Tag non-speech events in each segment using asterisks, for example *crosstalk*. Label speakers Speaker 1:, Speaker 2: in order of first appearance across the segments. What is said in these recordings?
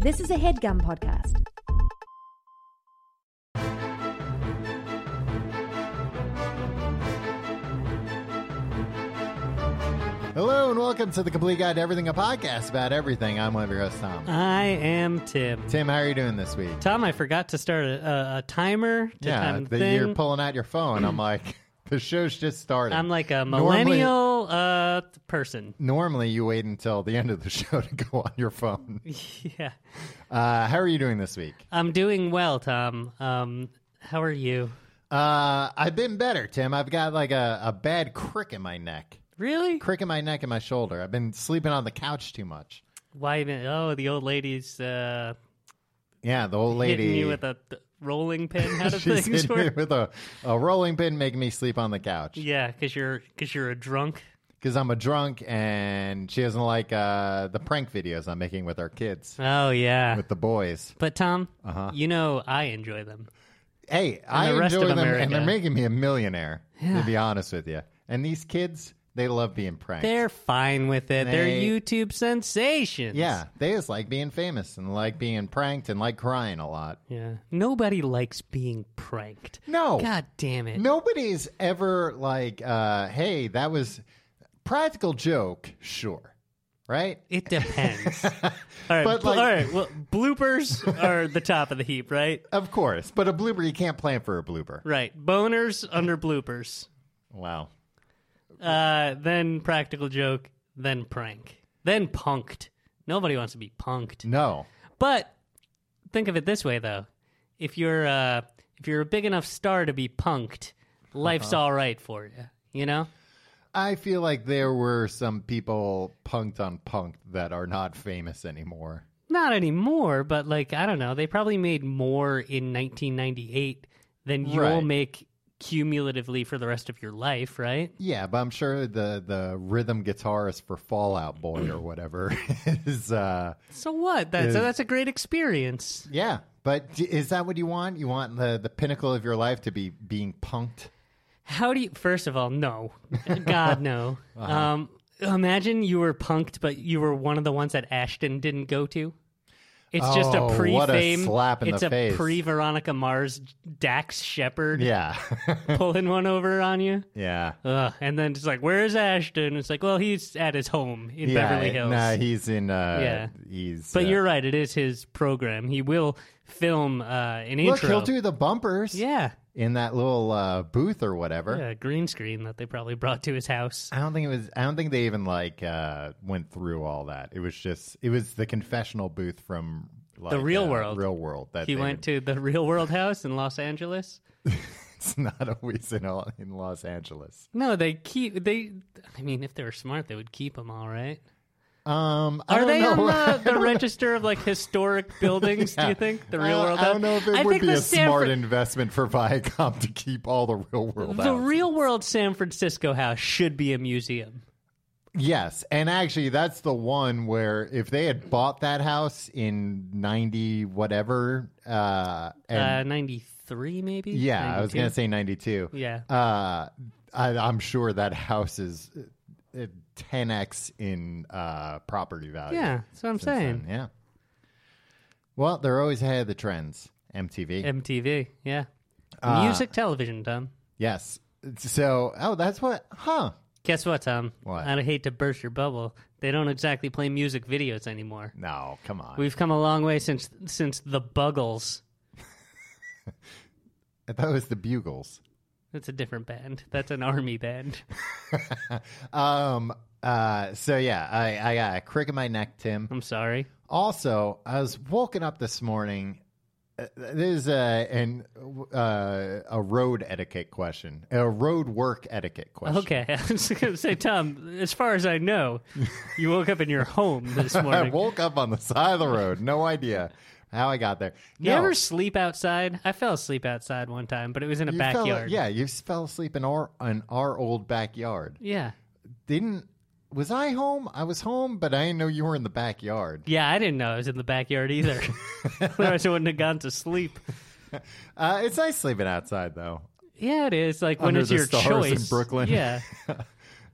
Speaker 1: This is a headgum podcast.
Speaker 2: Hello and welcome to the Complete Guide to Everything, a podcast about everything. I'm one of your hosts, Tom.
Speaker 3: I am Tim.
Speaker 2: Tim, how are you doing this week?
Speaker 3: Tom, I forgot to start a, a, a timer. To
Speaker 2: yeah,
Speaker 3: time
Speaker 2: the,
Speaker 3: thing.
Speaker 2: you're pulling out your phone.
Speaker 3: *clears throat*
Speaker 2: I'm like, the show's just started.
Speaker 3: I'm like a
Speaker 2: Normally-
Speaker 3: millennial uh, person. *laughs*
Speaker 2: Normally, you wait until the end of the *laughs* show to go on your phone.
Speaker 3: Yeah,
Speaker 2: Uh, how are you doing this week?
Speaker 3: I'm doing well, Tom. Um, how are you?
Speaker 2: Uh, I've been better, Tim. I've got like a, a bad crick in my neck,
Speaker 3: Really?
Speaker 2: crick in my neck and my shoulder. I've been sleeping on the couch too much.
Speaker 3: Why even? Oh, the old lady's uh,
Speaker 2: Yeah, the old
Speaker 3: hitting
Speaker 2: lady.
Speaker 3: you with a th- rolling pin. How
Speaker 2: *laughs*
Speaker 3: do
Speaker 2: She's
Speaker 3: things
Speaker 2: hitting me
Speaker 3: work?
Speaker 2: with a, a rolling pin, making me sleep on the couch.
Speaker 3: Yeah, because you're because you're a drunk.
Speaker 2: because I'm a drunk and she doesn't like uh, the prank videos I'm making with our kids,
Speaker 3: Oh yeah.
Speaker 2: with Uh-huh. the boys.
Speaker 3: But Tom, you know I enjoy them.
Speaker 2: Hey, I
Speaker 3: the rest
Speaker 2: enjoy
Speaker 3: of
Speaker 2: them and they're
Speaker 3: America.
Speaker 2: making me a millionaire, to be honest with you. And these kids, they love being pranked.
Speaker 3: They're fine with it. They're
Speaker 2: They-
Speaker 3: YouTube sensations.
Speaker 2: yeah, they just like being famous and like being pranked and like crying a lot.
Speaker 3: Yeah. Nobody likes being pranked.
Speaker 2: No.
Speaker 3: God damn it.
Speaker 2: Nobody's ever like, uh, hey, that was practical joke, sure. Right?
Speaker 3: It
Speaker 2: *laughs*
Speaker 3: depends. all right.
Speaker 2: But,
Speaker 3: bl-
Speaker 2: like-
Speaker 3: all right. Well, bloopers are the top of the heap, right?
Speaker 2: Of course. But a blooper, you can't plan for a blooper.
Speaker 3: Right. Boners under bloopers.
Speaker 2: Wow.
Speaker 3: Uh, then practical joke, then prank, then punked. Nobody wants to be punked.
Speaker 2: No.
Speaker 3: But think of it this way, though: if you're uh, if you're a big enough star to be punked, life's
Speaker 2: Uh-huh.
Speaker 3: all right for you. You know?
Speaker 2: I feel like there were some people punked on punked that are not famous anymore.
Speaker 3: Not anymore, but like I don't know, they probably made more in 1998 than you'll
Speaker 2: Right.
Speaker 3: make cumulatively for the rest of your life, right?
Speaker 2: Yeah, but I'm sure the the rhythm guitarist for Fallout Boy or whatever *laughs* is uh
Speaker 3: So what? That's
Speaker 2: Yeah.
Speaker 3: that's a great experience.
Speaker 2: yeah. But d- is that what you want? You want the the pinnacle of your life to be being punked?
Speaker 3: How do you? First of all, no, *laughs* God no.
Speaker 2: Uh-huh.
Speaker 3: Um, imagine you were punked, but you were one of the ones that Ashton didn't go to. It's just
Speaker 2: Oh,
Speaker 3: a
Speaker 2: what a
Speaker 3: pre-fame.
Speaker 2: slap in
Speaker 3: it's
Speaker 2: the
Speaker 3: a
Speaker 2: face.
Speaker 3: pre-Veronica Mars Dax Shepard
Speaker 2: Yeah, *laughs*
Speaker 3: *laughs* pulling one over on you.
Speaker 2: yeah,
Speaker 3: Ugh. And then it's like, where is Ashton? It's like, well, he's at his home in
Speaker 2: yeah.
Speaker 3: Beverly Hills.
Speaker 2: Nah, he's in. Uh,
Speaker 3: Yeah.
Speaker 2: he's.
Speaker 3: but
Speaker 2: uh,
Speaker 3: you're right; it is his program. He will film uh, an
Speaker 2: look.
Speaker 3: intro.
Speaker 2: He'll do the bumpers.
Speaker 3: yeah,
Speaker 2: in that little uh, booth or whatever.
Speaker 3: yeah, green screen that they probably brought to his house.
Speaker 2: I don't think it was. I don't think they even like uh, went through all that. It was just. It was the confessional booth from like,
Speaker 3: The real
Speaker 2: uh,
Speaker 3: world.
Speaker 2: Real world. That
Speaker 3: He
Speaker 2: they
Speaker 3: went
Speaker 2: would-
Speaker 3: to the real world house in Los Angeles.
Speaker 2: *laughs* It's not always in all, in Los Angeles.
Speaker 3: No, they keep they. I mean, if they were smart, they would keep him all right.
Speaker 2: Um, I
Speaker 3: Are
Speaker 2: don't
Speaker 3: they
Speaker 2: *laughs* know.
Speaker 3: on the, the register of like historic buildings? Do
Speaker 2: Yeah.
Speaker 3: you think the
Speaker 2: I
Speaker 3: real
Speaker 2: don't-
Speaker 3: world?
Speaker 2: I
Speaker 3: house?
Speaker 2: don't know if it
Speaker 3: I
Speaker 2: would
Speaker 3: think
Speaker 2: be
Speaker 3: the
Speaker 2: a smart
Speaker 3: Sanford-
Speaker 2: investment for *laughs* Viacom to keep all the real world.
Speaker 3: The
Speaker 2: out.
Speaker 3: real world San Francisco house should be a museum.
Speaker 2: yes, and actually, that's the one where if they had bought that house in ninety whatever, uh, and
Speaker 3: uh, 93 maybe
Speaker 2: yeah, I was
Speaker 3: 92?
Speaker 2: gonna say ninety two.
Speaker 3: yeah
Speaker 2: uh, I, I'm sure that house is uh, uh, 10x in uh, property value.
Speaker 3: yeah that's what i'm
Speaker 2: since then.
Speaker 3: saying
Speaker 2: Yeah. Well, they're always ahead of the trends. MTV.
Speaker 3: mtv yeah
Speaker 2: Uh,
Speaker 3: music television tom
Speaker 2: yes. So, oh, that's what, huh?
Speaker 3: guess what tom
Speaker 2: What?
Speaker 3: i hate to burst your bubble they don't exactly play music videos anymore
Speaker 2: No, come on.
Speaker 3: we've come a long way since since the buggles
Speaker 2: I thought it was the Bugles.
Speaker 3: that's a different band that's an army band
Speaker 2: Um. Uh. So yeah, I I got a crick in my neck, Tim.
Speaker 3: i'm sorry
Speaker 2: Also, I was woken up this morning. Uh, There's a an uh, a road etiquette question, a road work etiquette question.
Speaker 3: okay *laughs* i was gonna say tom as far as i know you woke up in your home
Speaker 2: *laughs*
Speaker 3: this
Speaker 2: *laughs* I
Speaker 3: morning
Speaker 2: woke up on the side of the road. No idea how I got there.
Speaker 3: you
Speaker 2: No,
Speaker 3: ever sleep outside i fell asleep outside one time but it was in a
Speaker 2: you fell-
Speaker 3: backyard
Speaker 2: yeah, you fell asleep in our in our old backyard.
Speaker 3: yeah
Speaker 2: Didn't was I home? I was home, but I didn't know you were in the backyard.
Speaker 3: Yeah, I didn't know I was in the
Speaker 2: *laughs*
Speaker 3: backyard either. *laughs* Otherwise, I wouldn't have gone to sleep.
Speaker 2: Uh, it's nice sleeping outside though. *laughs*
Speaker 3: Yeah, it is like when
Speaker 2: Under
Speaker 3: it's
Speaker 2: the
Speaker 3: your
Speaker 2: stars in
Speaker 3: choice.
Speaker 2: Brooklyn.
Speaker 3: Yeah,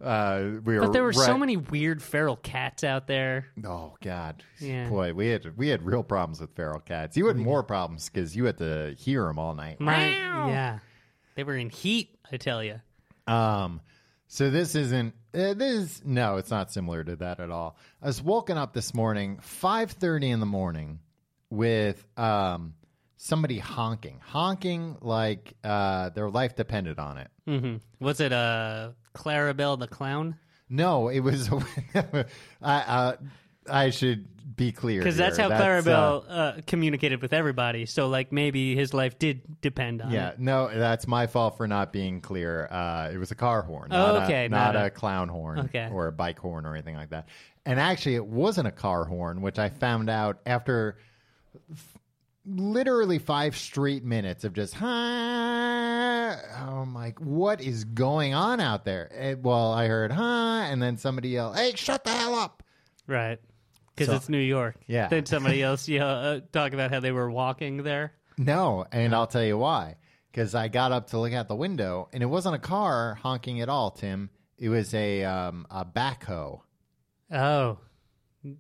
Speaker 2: Uh, we were
Speaker 3: But there were so
Speaker 2: right-
Speaker 3: many weird feral cats out there.
Speaker 2: Oh God,
Speaker 3: Yeah.
Speaker 2: boy, we had we had real problems with feral cats. You had more problems because you had to hear them all night.
Speaker 3: My, yeah, they were in heat. I tell you.
Speaker 2: Um, so this isn't uh, this. No, it's not similar to that at all. I was woken up this morning, five thirty in the morning, with um somebody honking, honking like uh their life depended on it.
Speaker 3: hmm Was it uh, Clarabelle the clown?
Speaker 2: No, it was. *laughs* I uh, I should be clear
Speaker 3: Because that's
Speaker 2: here.
Speaker 3: how
Speaker 2: uh,
Speaker 3: Clarabelle uh, communicated with everybody. So like maybe his life did depend on.
Speaker 2: Yeah,
Speaker 3: it.
Speaker 2: no, that's my fault for not being clear. Uh, it was a car horn,
Speaker 3: Oh,
Speaker 2: not, a-
Speaker 3: okay,
Speaker 2: not,
Speaker 3: not
Speaker 2: a,
Speaker 3: a-
Speaker 2: clown horn
Speaker 3: Okay.
Speaker 2: or a bike horn or anything like that. And actually, it wasn't a car horn, which I found out after f- literally five straight minutes of just, huh? I'm like, what is going on out there? Eh, well, I heard, huh? And then somebody yelled, hey, shut the hell up.
Speaker 3: Right. Because
Speaker 2: So-
Speaker 3: it's New York.
Speaker 2: Yeah. *laughs*
Speaker 3: Then somebody else yeah uh, talk about how they were walking there.
Speaker 2: No, and I'll tell you why. Because I got up to look out the window, and it wasn't a car honking at all, Tim. It was a um, a backhoe,
Speaker 3: Oh,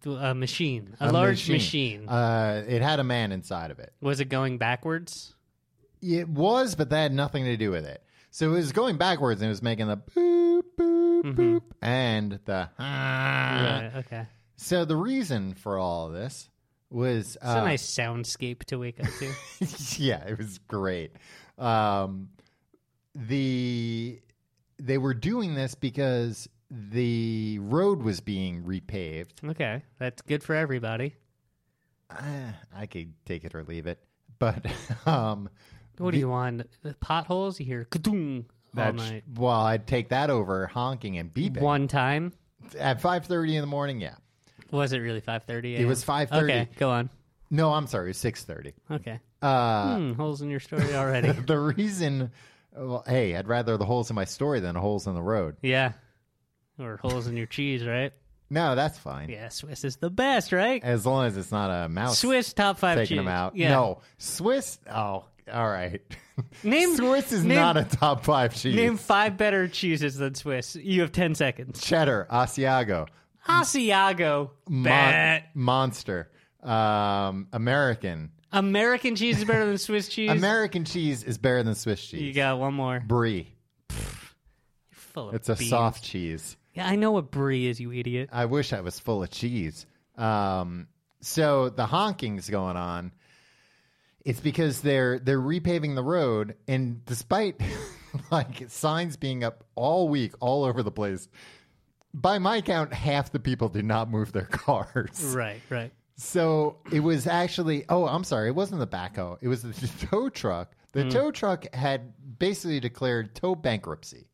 Speaker 3: a machine, a,
Speaker 2: A
Speaker 3: large machine.
Speaker 2: Uh, it had a man inside of it.
Speaker 3: was it going backwards?
Speaker 2: It was, but that had nothing to do with it. So it was going backwards, and it was making the boop boop boop and the. ah.
Speaker 3: Mm-hmm. Right, okay.
Speaker 2: So the reason for all of this was
Speaker 3: It's
Speaker 2: uh,
Speaker 3: a nice soundscape to wake up
Speaker 2: *laughs*
Speaker 3: to.
Speaker 2: yeah, it was great. Um, the they were doing this because the road was being repaved.
Speaker 3: okay, that's good for everybody.
Speaker 2: Ah, I could take it or leave it, but *laughs* um,
Speaker 3: What do you want? The potholes? You hear kadoong all
Speaker 2: that's-
Speaker 3: night.
Speaker 2: well, I'd take that over honking and beeping
Speaker 3: One time?
Speaker 2: at five thirty in the morning. Yeah,
Speaker 3: Was it really 5.30
Speaker 2: It was 5:30.
Speaker 3: Okay, go on.
Speaker 2: no, I'm sorry, six thirty.
Speaker 3: Okay.
Speaker 2: Uh, *laughs*
Speaker 3: Hmm, holes in your story already. *laughs*
Speaker 2: The reason, well, hey, I'd rather the holes in my story than the holes in the road.
Speaker 3: yeah. Or holes in your cheese, right?
Speaker 2: No, that's fine.
Speaker 3: Yeah, Swiss is the best, right?
Speaker 2: As long as it's not a mouse.
Speaker 3: Swiss top five
Speaker 2: taking
Speaker 3: cheese.
Speaker 2: them out.
Speaker 3: Yeah.
Speaker 2: No, Swiss. Oh, all right.
Speaker 3: Name-
Speaker 2: Swiss is
Speaker 3: name-
Speaker 2: not a top five cheese.
Speaker 3: Name five better cheeses than Swiss. You have 10 seconds.
Speaker 2: Cheddar, Asiago,
Speaker 3: Asiago.
Speaker 2: Mon-
Speaker 3: Bad.
Speaker 2: Monster, um, American.
Speaker 3: American cheese is better
Speaker 2: *laughs*
Speaker 3: than Swiss cheese.
Speaker 2: American cheese is better than Swiss cheese.
Speaker 3: you got one more.
Speaker 2: brie.
Speaker 3: You're full of
Speaker 2: It's a
Speaker 3: beans.
Speaker 2: soft Uh, cheese.
Speaker 3: Yeah, I know what brie is, you idiot.
Speaker 2: I wish I was full of cheese. Um, so the honking's going on. It's because they're they're repaving the road, and despite *laughs* like signs being up all week, all over the place, by my count, half the people did not move their *laughs* cars.
Speaker 3: Right, right.
Speaker 2: So it was actually oh, I'm sorry, it wasn't the backhoe. It was the *laughs* tow truck. The
Speaker 3: Mm.
Speaker 2: tow truck had basically declared tow bankruptcy.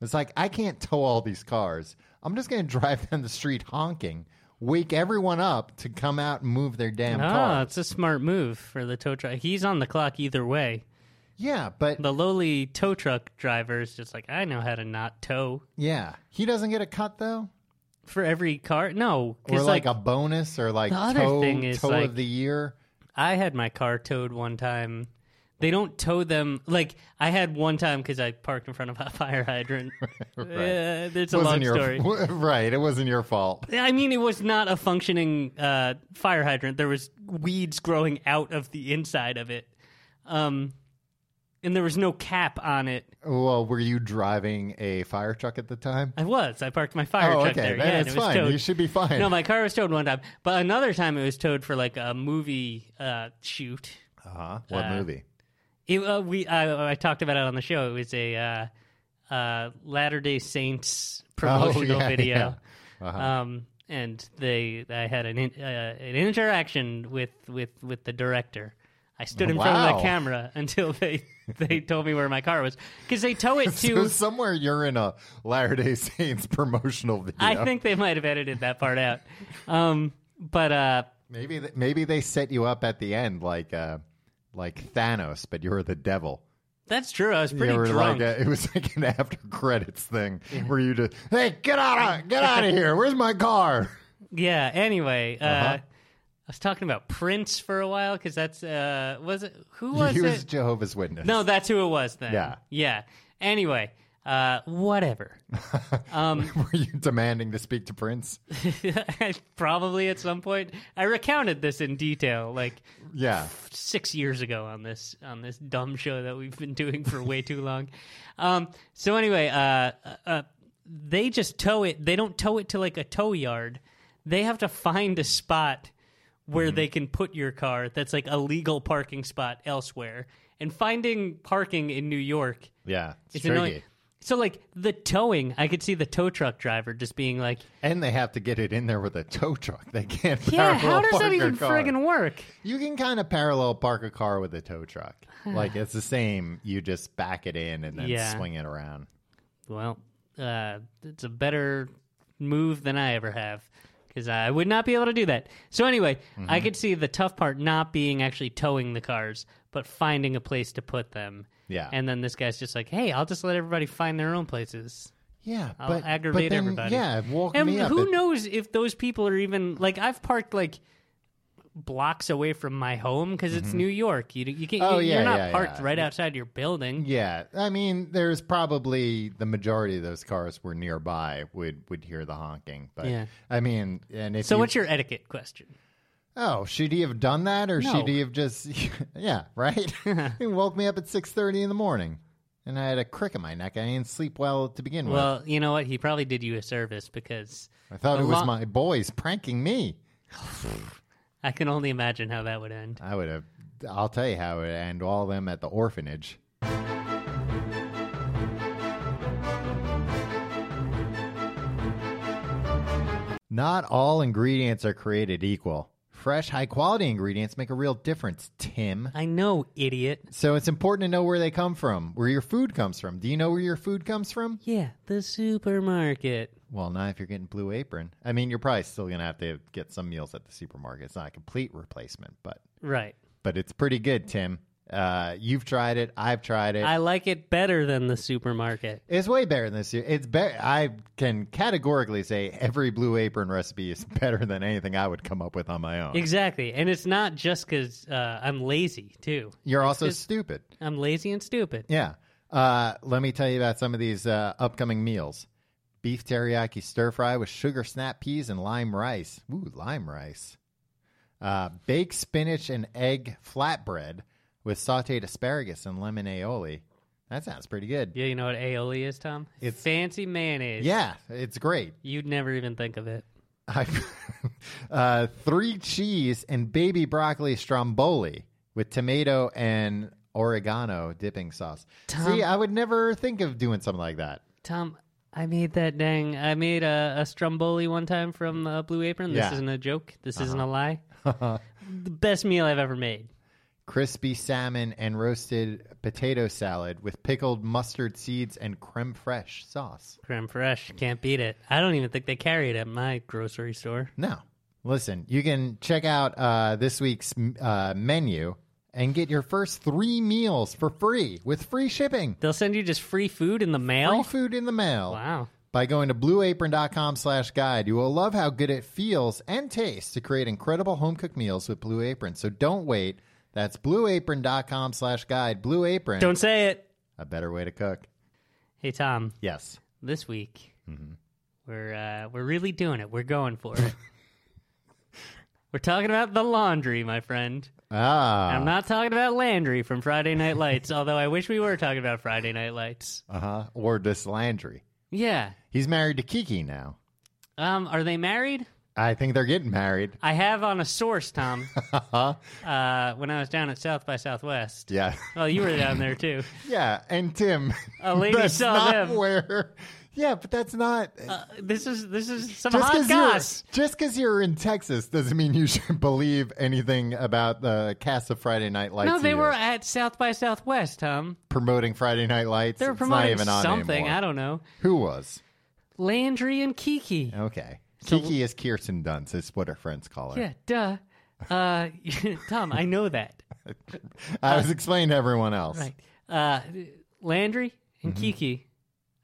Speaker 2: It's like I can't tow all these cars. I'm just going to drive down the street honking, wake everyone up to come out and move their damn
Speaker 3: Ah,
Speaker 2: car.
Speaker 3: it's a smart move for the tow truck. He's on the clock either way.
Speaker 2: Yeah, but
Speaker 3: The lowly tow truck driver is just like, I know how to not tow
Speaker 2: yeah, he doesn't get a cut though,
Speaker 3: for every car. No,
Speaker 2: or
Speaker 3: because
Speaker 2: like,
Speaker 3: like,
Speaker 2: a bonus, or like
Speaker 3: The other
Speaker 2: tow
Speaker 3: thing is,
Speaker 2: tow
Speaker 3: like-
Speaker 2: of the year.
Speaker 3: I had my car towed one time. They don't tow them like I had one time because I parked in front of a *laughs*
Speaker 2: *laughs*
Speaker 3: fire hydrant. right. it's a long
Speaker 2: your
Speaker 3: story.
Speaker 2: *laughs* right. It wasn't your fault.
Speaker 3: I mean, it was not a functioning uh, fire hydrant. There was weeds growing out of the inside of it, um, and there was no cap on it.
Speaker 2: Well, were you driving a fire truck at the time?
Speaker 3: I was. I parked my fire
Speaker 2: oh,
Speaker 3: truck
Speaker 2: okay.
Speaker 3: there.
Speaker 2: That
Speaker 3: yeah, and
Speaker 2: is
Speaker 3: it was
Speaker 2: fine.
Speaker 3: towed.
Speaker 2: You should be fine.
Speaker 3: No, my car was towed one time, but another time it was towed for like a movie uh, shoot.
Speaker 2: uh-huh. What
Speaker 3: Uh,
Speaker 2: movie?
Speaker 3: It, uh, we I, I talked about it on the show. It was a uh, uh, Latter Day Saints promotional
Speaker 2: Oh, *laughs* yeah,
Speaker 3: video,
Speaker 2: yeah. Uh-huh.
Speaker 3: um, and they I had an in, uh, an interaction with with with the director. I stood in front of
Speaker 2: Wow.
Speaker 3: the camera *laughs* until they they told me where my car was because they tow
Speaker 2: *laughs*
Speaker 3: it
Speaker 2: So
Speaker 3: *laughs* to.
Speaker 2: somewhere you're in a Latter Day Saints promotional video.
Speaker 3: I think they might have edited that part out, um, but uh,
Speaker 2: maybe th- maybe they set you up at the end like uh, like Thanos, but you were the devil.
Speaker 3: that's true. I was
Speaker 2: You
Speaker 3: pretty
Speaker 2: were
Speaker 3: drunk.
Speaker 2: Like a, it was like an after credits thing where you just hey get out of get out of here. Where's my car?
Speaker 3: Yeah. Anyway, uh,
Speaker 2: Uh-huh.
Speaker 3: I was talking about Prince for a while because that's uh, was it *laughs* who
Speaker 2: *laughs*
Speaker 3: was
Speaker 2: he
Speaker 3: it?
Speaker 2: was Jehovah's Witness. *laughs*
Speaker 3: no, that's who it was then.
Speaker 2: Yeah.
Speaker 3: Yeah. Anyway, Uh, whatever. *laughs* Um,
Speaker 2: Were you demanding to speak to Prince?
Speaker 3: probably at some point. I recounted this in detail, like
Speaker 2: Yeah.
Speaker 3: six years ago on this on this dumb show that we've been doing for way too long. Um, so anyway, uh, uh, they just tow it. They don't tow it to like a tow yard. They have to find a spot where they can put your car that's like a legal parking spot elsewhere. And finding parking in New York
Speaker 2: Yeah. It's,
Speaker 3: is
Speaker 2: tricky.
Speaker 3: annoying. So like the towing, I could see the tow truck driver just being like,
Speaker 2: And they have to get it in there with a tow truck. They can't. *laughs* parallel
Speaker 3: "Yeah, how does
Speaker 2: park
Speaker 3: that
Speaker 2: a
Speaker 3: even
Speaker 2: car.
Speaker 3: friggin' work?"
Speaker 2: You can kind of parallel park a car with a tow truck. like it's the same. You just back it in and then
Speaker 3: Yeah.
Speaker 2: swing it around.
Speaker 3: Well, uh, it's a better move than I ever have because I would not be able to do that. So, anyway, I
Speaker 2: Mm-hmm.
Speaker 3: could see the tough part not being actually towing the cars, but finding a place to put them.
Speaker 2: Yeah.
Speaker 3: And then this guy's just like, hey, I'll just let everybody find their own places.
Speaker 2: Yeah,
Speaker 3: I'll
Speaker 2: but
Speaker 3: aggravate
Speaker 2: but then,
Speaker 3: everybody.
Speaker 2: Yeah, walk
Speaker 3: And
Speaker 2: me up.
Speaker 3: who
Speaker 2: It-
Speaker 3: knows if those people are even like, I've parked like blocks away from my home because it's New York. You, you can't,
Speaker 2: Mm-hmm. Oh,
Speaker 3: you,
Speaker 2: yeah,
Speaker 3: are not
Speaker 2: yeah,
Speaker 3: parked
Speaker 2: yeah.
Speaker 3: right outside your building.
Speaker 2: Yeah, I mean, there's probably the majority of those cars were nearby would would hear the honking, but
Speaker 3: Yeah.
Speaker 2: I mean, and if
Speaker 3: So,
Speaker 2: you,
Speaker 3: what's your etiquette question?
Speaker 2: oh, should he have done that or
Speaker 3: No.
Speaker 2: should he have just *laughs* yeah right?
Speaker 3: *laughs*
Speaker 2: he woke me up at six thirty in the morning, and I had a crick in my neck. I didn't sleep well to begin
Speaker 3: Well, you know what? He probably did you a service because
Speaker 2: with. I thought it
Speaker 3: the
Speaker 2: was
Speaker 3: lo-
Speaker 2: my boys pranking me.
Speaker 3: I can only imagine how that would end.
Speaker 2: I would have. I'll tell you how it and all of them at the orphanage. Not all ingredients are created equal. Fresh, high quality ingredients make a real difference, Tim.
Speaker 3: I know, idiot.
Speaker 2: So it's important to know where they come from, where your food comes from. Do you know where your food comes from?
Speaker 3: Yeah, the supermarket.
Speaker 2: Well, not if you're getting Blue Apron. I mean, you're probably still going to have to get some meals at the supermarket. It's not a complete replacement, but
Speaker 3: Right.
Speaker 2: but it's pretty good, Tim. Uh, you've tried it. I've tried it.
Speaker 3: I like it better than the supermarket.
Speaker 2: it's way better than this. It's better. I can categorically say every Blue Apron recipe is *laughs* better than anything I would come up with on my own.
Speaker 3: Exactly. And it's not just because uh, I'm lazy, too.
Speaker 2: You're also stupid.
Speaker 3: I'm lazy and stupid.
Speaker 2: Yeah. Uh, let me tell you about some of these uh, upcoming meals. Beef teriyaki stir fry with sugar snap peas and lime rice. Ooh, lime rice. Uh, baked spinach and egg flatbread with sauteed asparagus and lemon aioli. That sounds pretty good.
Speaker 3: Yeah, you know what aioli is, Tom?
Speaker 2: It's-
Speaker 3: fancy mayonnaise.
Speaker 2: Yeah, it's great. *laughs*
Speaker 3: You'd never even think of it.
Speaker 2: I, uh, three cheese and baby broccoli stromboli with tomato and oregano dipping sauce. See, I would never think of doing something like that.
Speaker 3: Tom, I made that dang. I made a, a Stromboli one time from uh, Blue Apron. This
Speaker 2: Yeah. Uh-huh.
Speaker 3: isn't a joke. This isn't
Speaker 2: *laughs*
Speaker 3: a lie. the best meal I've ever made.
Speaker 2: Crispy salmon and roasted potato salad with pickled mustard seeds and creme fraiche sauce.
Speaker 3: Creme fraiche, can't beat it. I don't even think they carry it at my grocery store.
Speaker 2: No, listen, you can check out uh, this week's uh, menu and get your first three meals for free with free shipping.
Speaker 3: They'll send you just free food in the
Speaker 2: Free
Speaker 3: mail.
Speaker 2: food in the mail.
Speaker 3: Wow.
Speaker 2: By going to blueapron.com slash guide, you will love how good it feels and tastes to create incredible home cooked meals with Blue Apron. So don't wait. That's blueapron.com slash guide. Blue Apron,
Speaker 3: Don't say it.
Speaker 2: a better way to cook.
Speaker 3: Hey Tom,
Speaker 2: Yes.
Speaker 3: this week
Speaker 2: Mm-hmm.
Speaker 3: we're uh, we're really doing it. We're going for it. *laughs* we're talking about the laundry, my friend.
Speaker 2: Ah.
Speaker 3: I'm not talking about Landry from Friday Night Lights, *laughs* although I wish we were talking about Friday Night Lights.
Speaker 2: Uh huh. Or this Landry.
Speaker 3: Yeah.
Speaker 2: He's married to Kiki now.
Speaker 3: Um, are they married?
Speaker 2: I think they're getting married. *laughs*
Speaker 3: I have on a source, Tom. uh, when I was down at South by Southwest.
Speaker 2: Yeah.
Speaker 3: Well, you were down
Speaker 2: *laughs*
Speaker 3: there too.
Speaker 2: yeah. And Tim.
Speaker 3: A lady
Speaker 2: *laughs* that's
Speaker 3: saw
Speaker 2: not
Speaker 3: them.
Speaker 2: where. Yeah, but that's not.
Speaker 3: Uh, this is this is some
Speaker 2: just
Speaker 3: hot
Speaker 2: because you're,
Speaker 3: goss.
Speaker 2: just 'cause you're in Texas doesn't mean you *laughs* should believe anything about the cast of Friday Night Lights.
Speaker 3: No, they
Speaker 2: either.
Speaker 3: were at South by Southwest, Tom.
Speaker 2: promoting Friday Night Lights.
Speaker 3: They were
Speaker 2: It's not
Speaker 3: promoting
Speaker 2: even on
Speaker 3: something.
Speaker 2: anymore.
Speaker 3: I don't know.
Speaker 2: Who was?
Speaker 3: Landry and Kiki.
Speaker 2: Okay. Kiki is Kirsten Dunst. Is what her friends call her.
Speaker 3: Yeah, duh. Uh, *laughs* Tom, I
Speaker 2: *laughs*
Speaker 3: know that.
Speaker 2: I was explaining to everyone else.
Speaker 3: Right. Uh, Landry and
Speaker 2: Mm-hmm.
Speaker 3: Kiki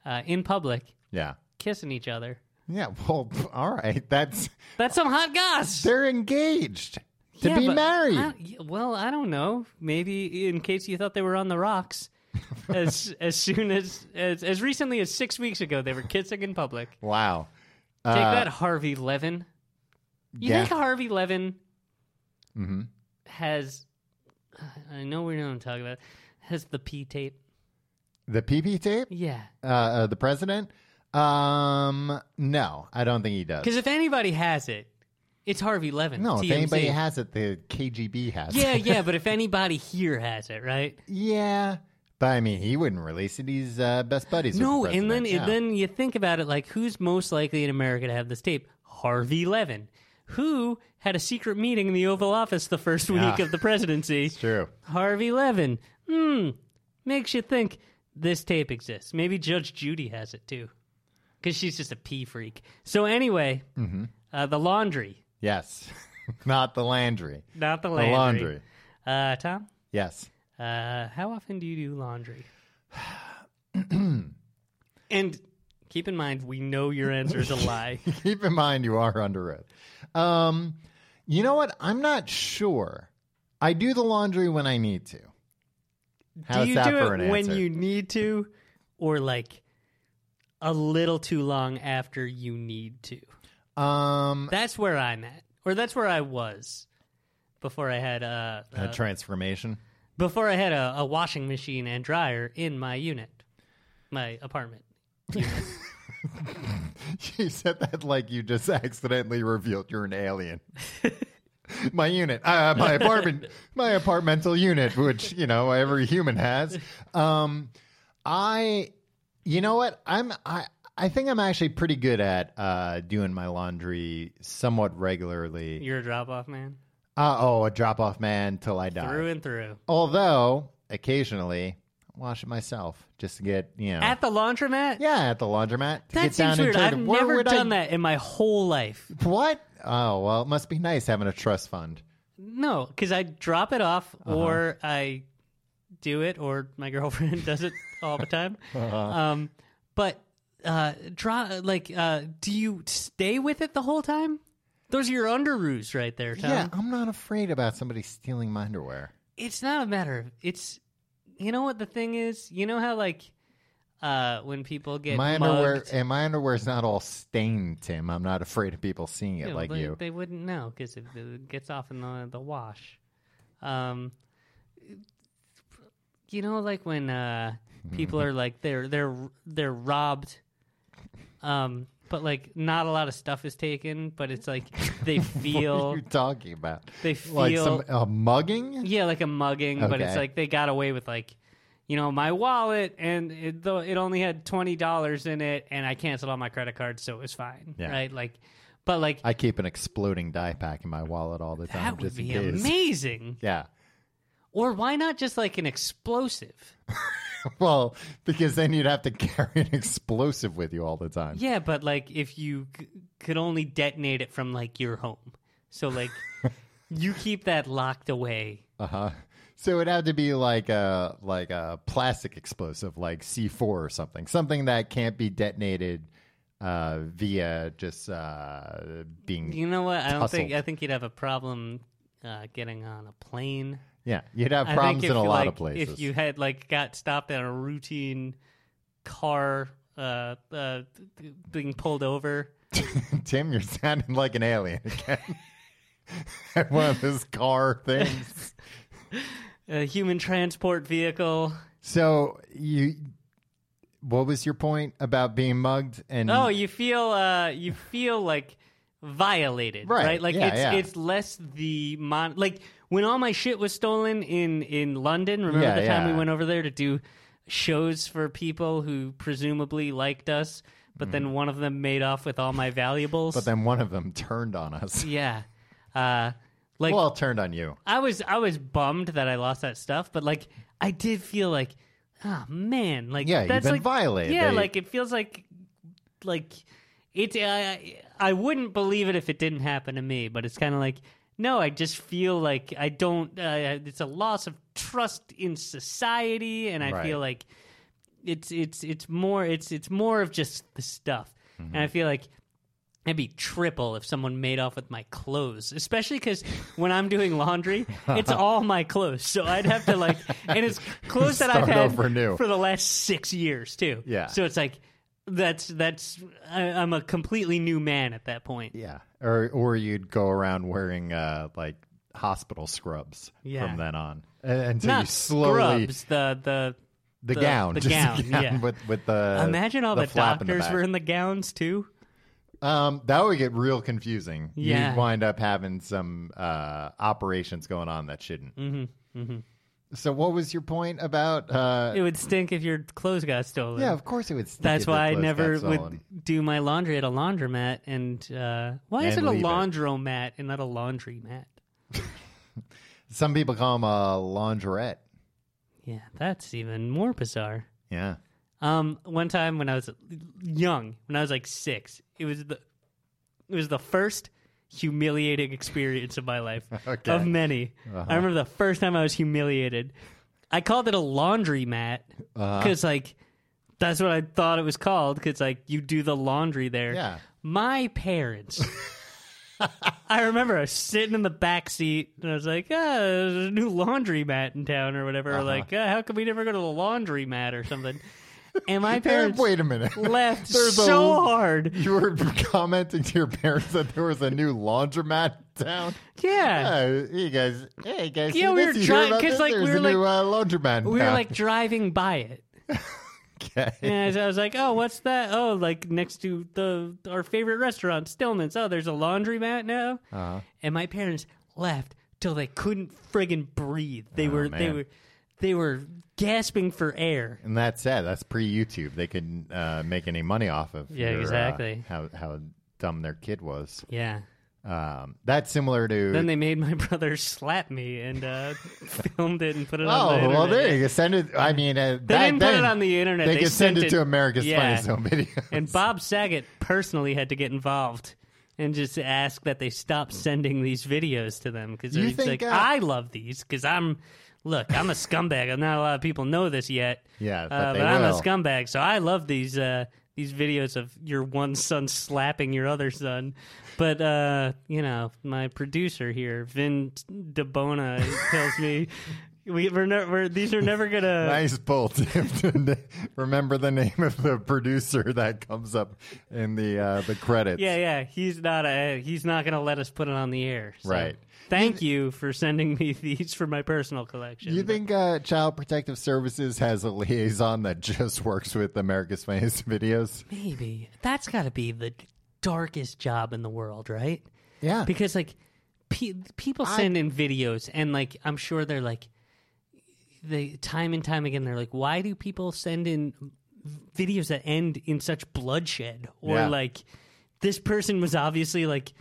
Speaker 3: uh, in public
Speaker 2: Yeah.
Speaker 3: kissing each other.
Speaker 2: Yeah. Well, *laughs* pff, all right. That's
Speaker 3: That's some hot goss.
Speaker 2: they're engaged to
Speaker 3: Yeah,
Speaker 2: be
Speaker 3: but
Speaker 2: married. *laughs*
Speaker 3: I- well, I don't know. Maybe in case you thought they were on the rocks, as as soon as, as as recently as six weeks ago they were kissing in public.
Speaker 2: Wow.
Speaker 3: Take that, Harvey Levin. You
Speaker 2: Uh, yeah.
Speaker 3: think Harvey Levin
Speaker 2: Mhm.
Speaker 3: has? I know we don't talk about. Has the P tape?
Speaker 2: The PP tape?
Speaker 3: Yeah.
Speaker 2: Uh, uh, the president? Um, no, I don't think he does.
Speaker 3: Because if anybody has it, it's Harvey Levin.
Speaker 2: No, if
Speaker 3: TMZ.
Speaker 2: anybody has it, the KGB has
Speaker 3: Yeah,
Speaker 2: it.
Speaker 3: yeah, but if anybody here has it, right?
Speaker 2: *laughs* yeah. But I mean, he wouldn't release it. He's uh, best buddies. with
Speaker 3: no,
Speaker 2: the
Speaker 3: and then
Speaker 2: president. yeah.
Speaker 3: and then you think about it, like who's most likely in America to have this tape? Harvey Levin, who had a secret meeting in the Oval Office the first week
Speaker 2: Yeah.
Speaker 3: of the
Speaker 2: *laughs*
Speaker 3: presidency.
Speaker 2: it's true.
Speaker 3: Harvey Levin, hmm, makes you think this tape exists. Maybe Judge Judy has it too, because she's just a pee freak. So anyway,
Speaker 2: Mm-hmm.
Speaker 3: uh, the laundry,
Speaker 2: Yes, *laughs* not the Landry.
Speaker 3: not the
Speaker 2: The
Speaker 3: laundry.
Speaker 2: laundry.
Speaker 3: Uh, Tom,
Speaker 2: Yes. *laughs*
Speaker 3: uh, how often do you do
Speaker 2: *sighs*
Speaker 3: laundry? and keep in mind, we know your answer is a lie.
Speaker 2: Keep in mind, you are under oath. Um, you know what? I'm not sure. I do the laundry when I need to. *laughs* How's
Speaker 3: do you
Speaker 2: that
Speaker 3: do
Speaker 2: for
Speaker 3: it
Speaker 2: an
Speaker 3: when
Speaker 2: answer?
Speaker 3: you need to, or like a little too long after you need to?
Speaker 2: Um,
Speaker 3: That's where I'm at, or that's where I was before I had a, uh,
Speaker 2: a transformation.
Speaker 3: before I had a, a washing machine and dryer in my unit, my apartment.
Speaker 2: *laughs* You said that like you just accidentally revealed you're an
Speaker 3: *laughs*
Speaker 2: alien. my unit, uh, my apartment, my apartmental unit, which you know every human has. Um, I, you know what? I'm I. I think I'm actually pretty good at uh, doing my laundry somewhat regularly.
Speaker 3: You're a drop off man,
Speaker 2: Uh, oh, a drop off man till I die.
Speaker 3: through and through.
Speaker 2: Although occasionally I wash it myself just to get you know.
Speaker 3: At the laundromat,
Speaker 2: yeah, at the laundromat. To
Speaker 3: that
Speaker 2: get down
Speaker 3: seems
Speaker 2: and
Speaker 3: weird.
Speaker 2: dirty.
Speaker 3: I've
Speaker 2: Where
Speaker 3: never
Speaker 2: would I
Speaker 3: done that in my whole life.
Speaker 2: What? Oh well, it must be nice having a trust fund.
Speaker 3: No, because I drop it off
Speaker 2: Uh-huh.
Speaker 3: or I do it or my girlfriend *laughs* does it all the time.
Speaker 2: Uh-huh.
Speaker 3: Um, but uh, draw like, uh, do you stay with it the whole time? Those are your underoos right there, Tom.
Speaker 2: Yeah, I'm not afraid about somebody stealing my underwear.
Speaker 3: It's not a matter of it's. You know what the thing is? You know how like uh, when people get
Speaker 2: my underwear
Speaker 3: mugged,
Speaker 2: and my underwear's not all stained, Tim. I'm not afraid of people seeing it
Speaker 3: Yeah,
Speaker 2: like
Speaker 3: but
Speaker 2: you. *laughs*
Speaker 3: They wouldn't know because it, it gets off in the, the wash. Um, you know, like when uh,
Speaker 2: Mm-hmm.
Speaker 3: people are like they're they're they're robbed, um, but like not a lot of stuff is taken, but
Speaker 2: *laughs*
Speaker 3: it's like they
Speaker 2: What
Speaker 3: feel
Speaker 2: are you talking about?
Speaker 3: they
Speaker 2: Like
Speaker 3: feel
Speaker 2: some a mugging?
Speaker 3: yeah like a mugging, but it's
Speaker 2: Okay.
Speaker 3: like they got away with like. You know, my wallet, and it, though it only had twenty dollars in it, and I canceled all my credit cards, so it was fine,
Speaker 2: Yeah.
Speaker 3: right? Like, but like
Speaker 2: I keep an exploding dye pack in my wallet all the time.
Speaker 3: That would
Speaker 2: just in
Speaker 3: be
Speaker 2: case.
Speaker 3: amazing.
Speaker 2: Yeah. *laughs*
Speaker 3: Or why not just like an explosive?
Speaker 2: Well, because then you'd have to *laughs* carry an explosive with you all the time.
Speaker 3: Yeah, but like if you c- could only detonate it from like your home. So
Speaker 2: *laughs*
Speaker 3: like you keep that locked away.
Speaker 2: Uh huh. So it'd have to be like a like a plastic explosive, like C four or something, something that can't be detonated uh, via just uh, being.
Speaker 3: You know what? I don't think
Speaker 2: Tussled.
Speaker 3: I think you'd have a problem uh, getting on a plane.
Speaker 2: Yeah, you'd have
Speaker 3: I think
Speaker 2: problems
Speaker 3: if
Speaker 2: in a
Speaker 3: you,
Speaker 2: lot
Speaker 3: like,
Speaker 2: of places.
Speaker 3: If you had like got stopped at a routine car uh, uh, being pulled over.
Speaker 2: *laughs* Tim, you're sounding like an alien again. *laughs* At one of those car things.
Speaker 3: A human transport vehicle.
Speaker 2: So you, what was your point about being mugged? And
Speaker 3: Oh, you feel uh, you feel like violated, right?
Speaker 2: Right,
Speaker 3: Like
Speaker 2: yeah,
Speaker 3: it's
Speaker 2: yeah.
Speaker 3: it's less the mon- like when all my shit was stolen in in London. Remember
Speaker 2: Yeah,
Speaker 3: the time
Speaker 2: yeah.
Speaker 3: we went over there to do shows for people who presumably liked us, but then one of them made off with all my valuables.
Speaker 2: Mm. but then one of them turned on us.
Speaker 3: yeah, uh, like
Speaker 2: Well, turned on you.
Speaker 3: I was I was bummed that I lost that stuff, but like I did feel like, oh man, like
Speaker 2: Yeah, you've
Speaker 3: that's
Speaker 2: been
Speaker 3: like,
Speaker 2: violated.
Speaker 3: Yeah,
Speaker 2: They-
Speaker 3: like it feels like, like it's I I wouldn't believe it if it didn't happen to me, but it's kind of like no, I just feel like I don't. Uh, it's a loss of trust in society, and I
Speaker 2: Right.
Speaker 3: feel like
Speaker 2: Mm-hmm.
Speaker 3: it's it's it's more it's it's more of just the stuff, and I feel like I'd be triple if someone made off with my clothes, especially because when I'm doing laundry,
Speaker 2: *laughs*
Speaker 3: it's all my clothes. So I'd have to like, and it's clothes that I've
Speaker 2: Start
Speaker 3: had
Speaker 2: over new.
Speaker 3: for the last six years too.
Speaker 2: Yeah.
Speaker 3: So it's like that's that's I, I'm a completely new man at that point.
Speaker 2: Yeah, or or you'd go around wearing uh, like hospital scrubs
Speaker 3: Yeah.
Speaker 2: from then on Uh, until you
Speaker 3: Not
Speaker 2: slowly
Speaker 3: scrubs. The the
Speaker 2: the,
Speaker 3: the-
Speaker 2: gown,
Speaker 3: the
Speaker 2: just
Speaker 3: gown, yeah.
Speaker 2: with with the
Speaker 3: imagine all the,
Speaker 2: flap in
Speaker 3: doctors
Speaker 2: back.
Speaker 3: were in the gowns too.
Speaker 2: Um, that would get real confusing.
Speaker 3: Yeah.
Speaker 2: You'd wind up having some uh, operations going on that shouldn't. Mm-hmm. Mm-hmm. So, what was your point about? Uh,
Speaker 3: It would stink if your clothes got stolen.
Speaker 2: yeah, of course it would. stink
Speaker 3: That's
Speaker 2: if your
Speaker 3: why I
Speaker 2: clothes
Speaker 3: never
Speaker 2: got
Speaker 3: would
Speaker 2: stolen.
Speaker 3: do my laundry at a laundromat. And uh, why is it
Speaker 2: And
Speaker 3: a
Speaker 2: leave it.
Speaker 3: laundromat and not a laundry mat?
Speaker 2: Some people call them a laundrette.
Speaker 3: Yeah, that's even more bizarre.
Speaker 2: Yeah.
Speaker 3: Um, one time when I was young, when I was like six, it was the it was the first humiliating experience of my life
Speaker 2: *laughs* Okay. Uh-huh.
Speaker 3: of many. I remember the first time I was humiliated. I called it a laundry mat
Speaker 2: Uh-huh.
Speaker 3: because like that's what I thought it was called because like you do the laundry there.
Speaker 2: Yeah.
Speaker 3: My
Speaker 2: *laughs*
Speaker 3: parents. I remember I was sitting in the back seat and I was like, oh, there's a new laundry mat in town or whatever.
Speaker 2: Uh-huh.
Speaker 3: Or Like, oh, how come we never go to the laundry mat
Speaker 2: *laughs*
Speaker 3: or something? And my parents
Speaker 2: Uh, Wait a
Speaker 3: *laughs*
Speaker 2: minute.
Speaker 3: laughed
Speaker 2: There's a-
Speaker 3: so hard.
Speaker 2: You were commenting to your parents that there was a new laundromat in town.
Speaker 3: Yeah.
Speaker 2: Uh, you guys, hey you guys,
Speaker 3: Yeah,
Speaker 2: see
Speaker 3: we
Speaker 2: this?
Speaker 3: were
Speaker 2: You hear
Speaker 3: trying-
Speaker 2: about
Speaker 3: 'cause,
Speaker 2: this?
Speaker 3: like,
Speaker 2: There's
Speaker 3: we were,
Speaker 2: a new uh, laundromat. in
Speaker 3: We were
Speaker 2: town.
Speaker 3: like driving by it.
Speaker 2: *laughs* okay, *laughs*
Speaker 3: And I was like, oh, what's that? Oh, like next to the our favorite restaurant, Stillman's. Oh, there's a laundromat now.
Speaker 2: Uh-huh.
Speaker 3: And my parents laughed till they couldn't friggin' breathe. They were they
Speaker 2: Oh, man.
Speaker 3: were they were gasping for air.
Speaker 2: and that's sad. That's pre-YouTube. They couldn't uh, make any money off of
Speaker 3: Yeah,
Speaker 2: your, uh,
Speaker 3: exactly.
Speaker 2: how how dumb their kid was.
Speaker 3: Yeah.
Speaker 2: Um, that's similar to
Speaker 3: Then they made my *laughs* brother slap me and uh, *laughs* filmed it and put it
Speaker 2: oh
Speaker 3: on the internet.
Speaker 2: well, there you go. Send it. I mean, uh,
Speaker 3: They
Speaker 2: back
Speaker 3: didn't put
Speaker 2: then,
Speaker 3: it on the internet.
Speaker 2: They,
Speaker 3: They,
Speaker 2: could send
Speaker 3: sent
Speaker 2: it to America's
Speaker 3: yeah.
Speaker 2: Funniest *laughs* Home Video.
Speaker 3: And Bob Saget personally had to get involved and just ask that they stop sending these videos to them because
Speaker 2: You
Speaker 3: he's
Speaker 2: think,
Speaker 3: like,
Speaker 2: uh,
Speaker 3: I love these because I'm, look, I'm a scumbag. *laughs* and Not a lot of people know this yet.
Speaker 2: Yeah, but
Speaker 3: uh,
Speaker 2: they
Speaker 3: but I'm a
Speaker 2: will.
Speaker 3: scumbag, so I love these uh, these videos of your one son slapping your other son. But uh, you know, my producer here, Vin DeBona, tells me. *laughs* We, we're ne- we're, these are
Speaker 2: *laughs*
Speaker 3: never gonna.
Speaker 2: Nice bolt. Remember the name of the producer that comes up in the uh, the credits.
Speaker 3: Yeah, yeah. He's not a, he's not going to let us put it on the air. so
Speaker 2: Right.
Speaker 3: Thank you for sending me *laughs* these for my personal collection.
Speaker 2: You think uh, Child Protective Services has a liaison that just works with America's Funniest Videos?
Speaker 3: maybe that's got to be the darkest job in the world, right?
Speaker 2: Yeah.
Speaker 3: Because like pe- people send in videos and like I'm sure they're like they time and time again they're like why do people send in videos that end in such bloodshed or
Speaker 2: Yeah.
Speaker 3: like this person was obviously like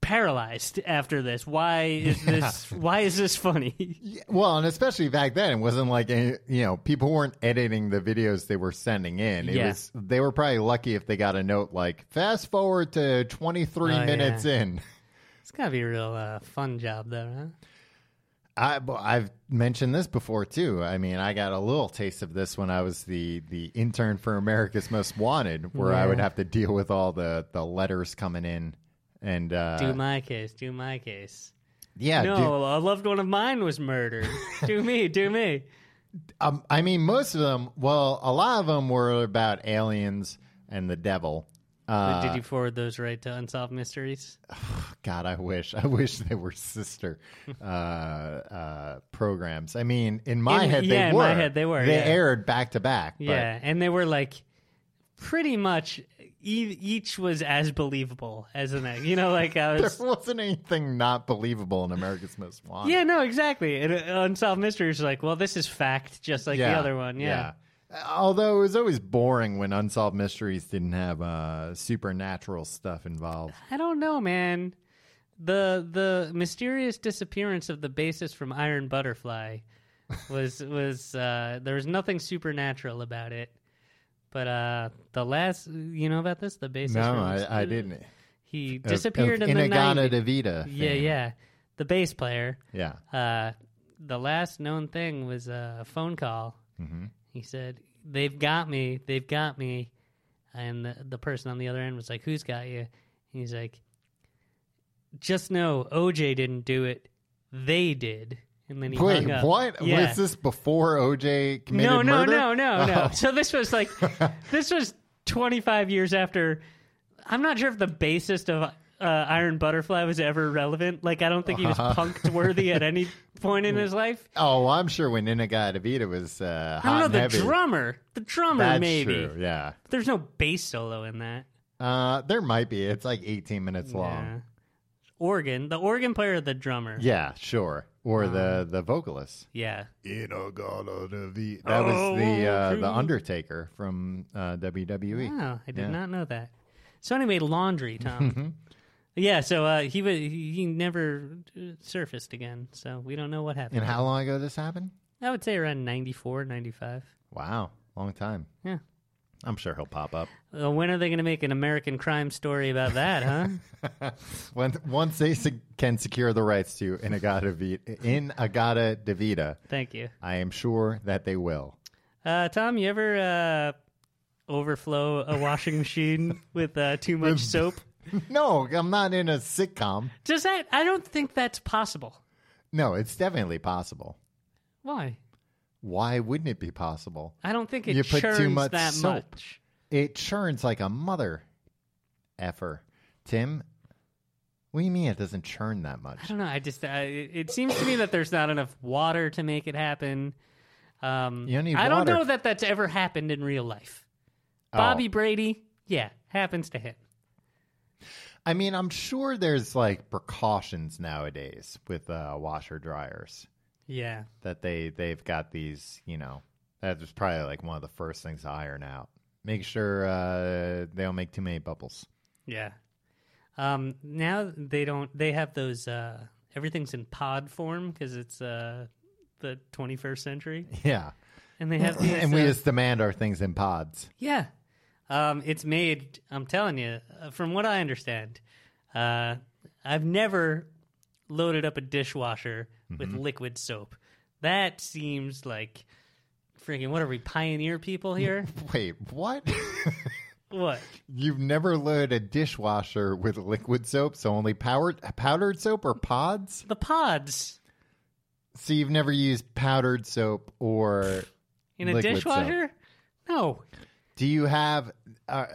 Speaker 3: paralyzed after this why is this why is this funny
Speaker 2: *laughs* Yeah, well, and especially back then, it wasn't like any, you know people weren't editing the videos they were sending in. It
Speaker 3: Yeah.
Speaker 2: was they were probably lucky if they got a note like fast forward to twenty three
Speaker 3: Oh,
Speaker 2: minutes in.
Speaker 3: it's gotta be a real uh, fun job though huh
Speaker 2: I, but I've mentioned this before too. I mean, I got a little taste of this when I was the the intern for America's Most Wanted, where I would have to deal with all the the letters coming in, and uh,
Speaker 3: do my case do my case
Speaker 2: yeah,
Speaker 3: no
Speaker 2: do-
Speaker 3: a loved one of mine
Speaker 2: *laughs*
Speaker 3: was murdered do me do me
Speaker 2: um, I mean, most of them. Well, a lot of them were about aliens and the devil. Uh,
Speaker 3: Did you forward those right to Unsolved Mysteries?
Speaker 2: God, I wish, I wish they were sister uh, uh, programs. I mean, in my
Speaker 3: In-
Speaker 2: head,
Speaker 3: yeah,
Speaker 2: they
Speaker 3: in
Speaker 2: were.
Speaker 3: my head they were,
Speaker 2: They
Speaker 3: yeah.
Speaker 2: aired back to back. but-
Speaker 3: Yeah, and they were like pretty much e- each was as believable as the next. You know,
Speaker 2: *laughs*
Speaker 3: like I
Speaker 2: There
Speaker 3: was.
Speaker 2: wasn't anything not believable in America's Most Wanted.
Speaker 3: Yeah, no, exactly. And uh, Unsolved Mysteries was like, well, this is fact, just like the other one. Yeah.
Speaker 2: yeah. Although it was always boring when Unsolved Mysteries didn't have uh, supernatural stuff involved.
Speaker 3: I don't know, man. The the mysterious disappearance of the basis from Iron Butterfly
Speaker 2: *laughs*
Speaker 3: was was uh, there was nothing supernatural about it. But uh, the last, you know about this, the basis.
Speaker 2: No,
Speaker 3: from-
Speaker 2: I, I didn't.
Speaker 3: He
Speaker 2: Of-
Speaker 3: Mm. disappeared
Speaker 2: of
Speaker 3: in the
Speaker 2: Inagana
Speaker 3: 90s.
Speaker 2: DeVita.
Speaker 3: Yeah,
Speaker 2: fame.
Speaker 3: yeah. The bass player.
Speaker 2: yeah.
Speaker 3: Uh, the last known thing
Speaker 2: Mm-hmm.
Speaker 3: was a phone call. He said, "They've got me. They've got me. and the, the person on the other end was like, "Who's got you?" And he's like, "Just know, OJ didn't do it. They did." And then he
Speaker 2: Wait,
Speaker 3: hung up.
Speaker 2: what?
Speaker 3: Yeah.
Speaker 2: Was this before OJ committed
Speaker 3: no, no,
Speaker 2: murder?
Speaker 3: no, no, no.
Speaker 2: Oh.
Speaker 3: So this
Speaker 2: *laughs*
Speaker 3: was like, this was 25 years after. I'm not sure if the bassist of uh, Iron Butterfly was ever relevant. Like, I don't think he was
Speaker 2: Uh-huh.
Speaker 3: punked worthy
Speaker 2: *laughs*
Speaker 3: at any point in his life.
Speaker 2: Oh, I'm sure when Inagata Vita was uh, hot
Speaker 3: I don't
Speaker 2: and
Speaker 3: know the
Speaker 2: heavy.
Speaker 3: drummer. The drummer,
Speaker 2: that's
Speaker 3: maybe.
Speaker 2: true. Yeah,
Speaker 3: There's no bass solo in that.
Speaker 2: uh, there might be. It's like 18 minutes long.
Speaker 3: Yeah. Organ, the organ player, or the drummer.
Speaker 2: Yeah, sure. Or
Speaker 3: Um,
Speaker 2: the the vocalist.
Speaker 3: Yeah.
Speaker 2: Inagata Vita. That was uh, the
Speaker 3: Oh,
Speaker 2: uh,
Speaker 3: true. Ah.
Speaker 2: the Undertaker from uh, WWE.
Speaker 3: Wow, Oh, I did
Speaker 2: Yeah. Mm-hmm.
Speaker 3: not know that. So anyway, laundry, Tom. yeah, so uh, he wa he he never uh, surfaced again. So we don't know what happened.
Speaker 2: And how long ago this happened?
Speaker 3: I would say around 94, 95.
Speaker 2: Wow, long time.
Speaker 3: Yeah.
Speaker 2: I'm sure he'll pop up
Speaker 3: Uh, when are they going to make an American crime story about that,
Speaker 2: *laughs*
Speaker 3: huh?
Speaker 2: when, once they se- can secure the rights to Inagata Vita. In Agata Devita,
Speaker 3: Thank you.
Speaker 2: I am sure that they
Speaker 3: *laughs*
Speaker 2: will.
Speaker 3: Uh, Tom, you ever uh, overflow a washing machine with uh, too
Speaker 2: *laughs*
Speaker 3: much soap?
Speaker 2: No, I'm not in a sitcom.
Speaker 3: Does that? I don't think that's possible.
Speaker 2: No, it's definitely possible.
Speaker 3: Why?
Speaker 2: Why wouldn't it be possible?
Speaker 3: I don't think it
Speaker 2: You put too
Speaker 3: churns
Speaker 2: much
Speaker 3: that
Speaker 2: soap.
Speaker 3: much.
Speaker 2: It churns like a mother effer. Tim, what do you mean it doesn't churn that much?
Speaker 3: I don't know. I just I, it it seems to me that there's not enough water to make it happen. Um,
Speaker 2: You don't need
Speaker 3: I don't
Speaker 2: water. Oh.
Speaker 3: know that that's ever happened in real life. Bobby Brady, yeah, happens to him.
Speaker 2: I mean, I'm sure there's like precautions nowadays with uh, washer dryers
Speaker 3: Yeah,
Speaker 2: that they they've got these. You know, that was probably like one of the first things to iron out. Make sure uh, they don't make too many bubbles. *laughs*
Speaker 3: yeah. Um, now they don't. They have those. Uh, everything's in pod form because it's uh, the 21st century,
Speaker 2: Yeah,
Speaker 3: and they have.
Speaker 2: *laughs*
Speaker 3: These,
Speaker 2: and we
Speaker 3: uh,
Speaker 2: just demand our things in pods.
Speaker 3: Yeah. Um, it's made, I'm telling you, uh, from what I understand, uh, I've never loaded up a dishwasher with
Speaker 2: Mm-hmm.
Speaker 3: liquid soap. That seems like freaking, what are we,
Speaker 2: *laughs*
Speaker 3: pioneer people here?
Speaker 2: Wait, what? *laughs*
Speaker 3: what?
Speaker 2: You've never loaded a dishwasher with liquid soap, so only powered powdered soap or pods.
Speaker 3: The pods
Speaker 2: So you've never used powdered soap or
Speaker 3: in a
Speaker 2: Liquid soap.
Speaker 3: dishwasher? No.
Speaker 2: Do you have? Uh,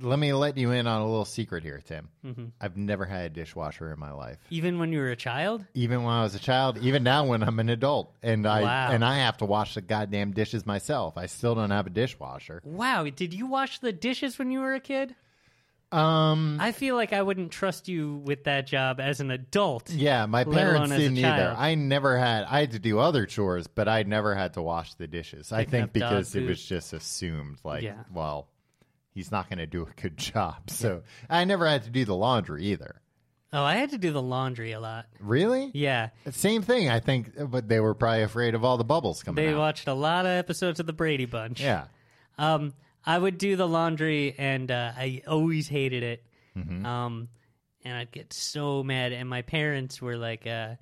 Speaker 2: let me let you in on a little secret here, Tim.
Speaker 3: Mm-hmm.
Speaker 2: I've never had a dishwasher in my life.
Speaker 3: Even when you were a child?
Speaker 2: Even when I was a child, even now when I'm an adult, and I
Speaker 3: Wow.
Speaker 2: and I have to wash the goddamn dishes myself. I still don't have a dishwasher.
Speaker 3: Wow, did you wash the dishes when you were a kid?
Speaker 2: Um,
Speaker 3: I feel like I wouldn't trust you with that job as an adult.
Speaker 2: yeah, my
Speaker 3: Let alone
Speaker 2: parents
Speaker 3: as a
Speaker 2: didn't either.
Speaker 3: child.
Speaker 2: I never had. I had to do other chores, but I never had to wash the dishes. I
Speaker 3: Picking
Speaker 2: think
Speaker 3: up dog
Speaker 2: because it
Speaker 3: poop.
Speaker 2: was just assumed, like,
Speaker 3: Yeah.
Speaker 2: well, he's not going to do a good *laughs* job. So I never had to do the laundry either.
Speaker 3: Oh, I had to do the laundry a lot.
Speaker 2: Really?
Speaker 3: Yeah.
Speaker 2: Same thing, I think, but they were probably afraid of all the bubbles coming
Speaker 3: They
Speaker 2: out.
Speaker 3: watched a lot of episodes of the Brady Bunch.
Speaker 2: yeah. *laughs*
Speaker 3: Um, I would do the laundry, and uh, I always hated it.
Speaker 2: Mm-hmm.
Speaker 3: Um, and I'd get so mad, and my parents were like, uh,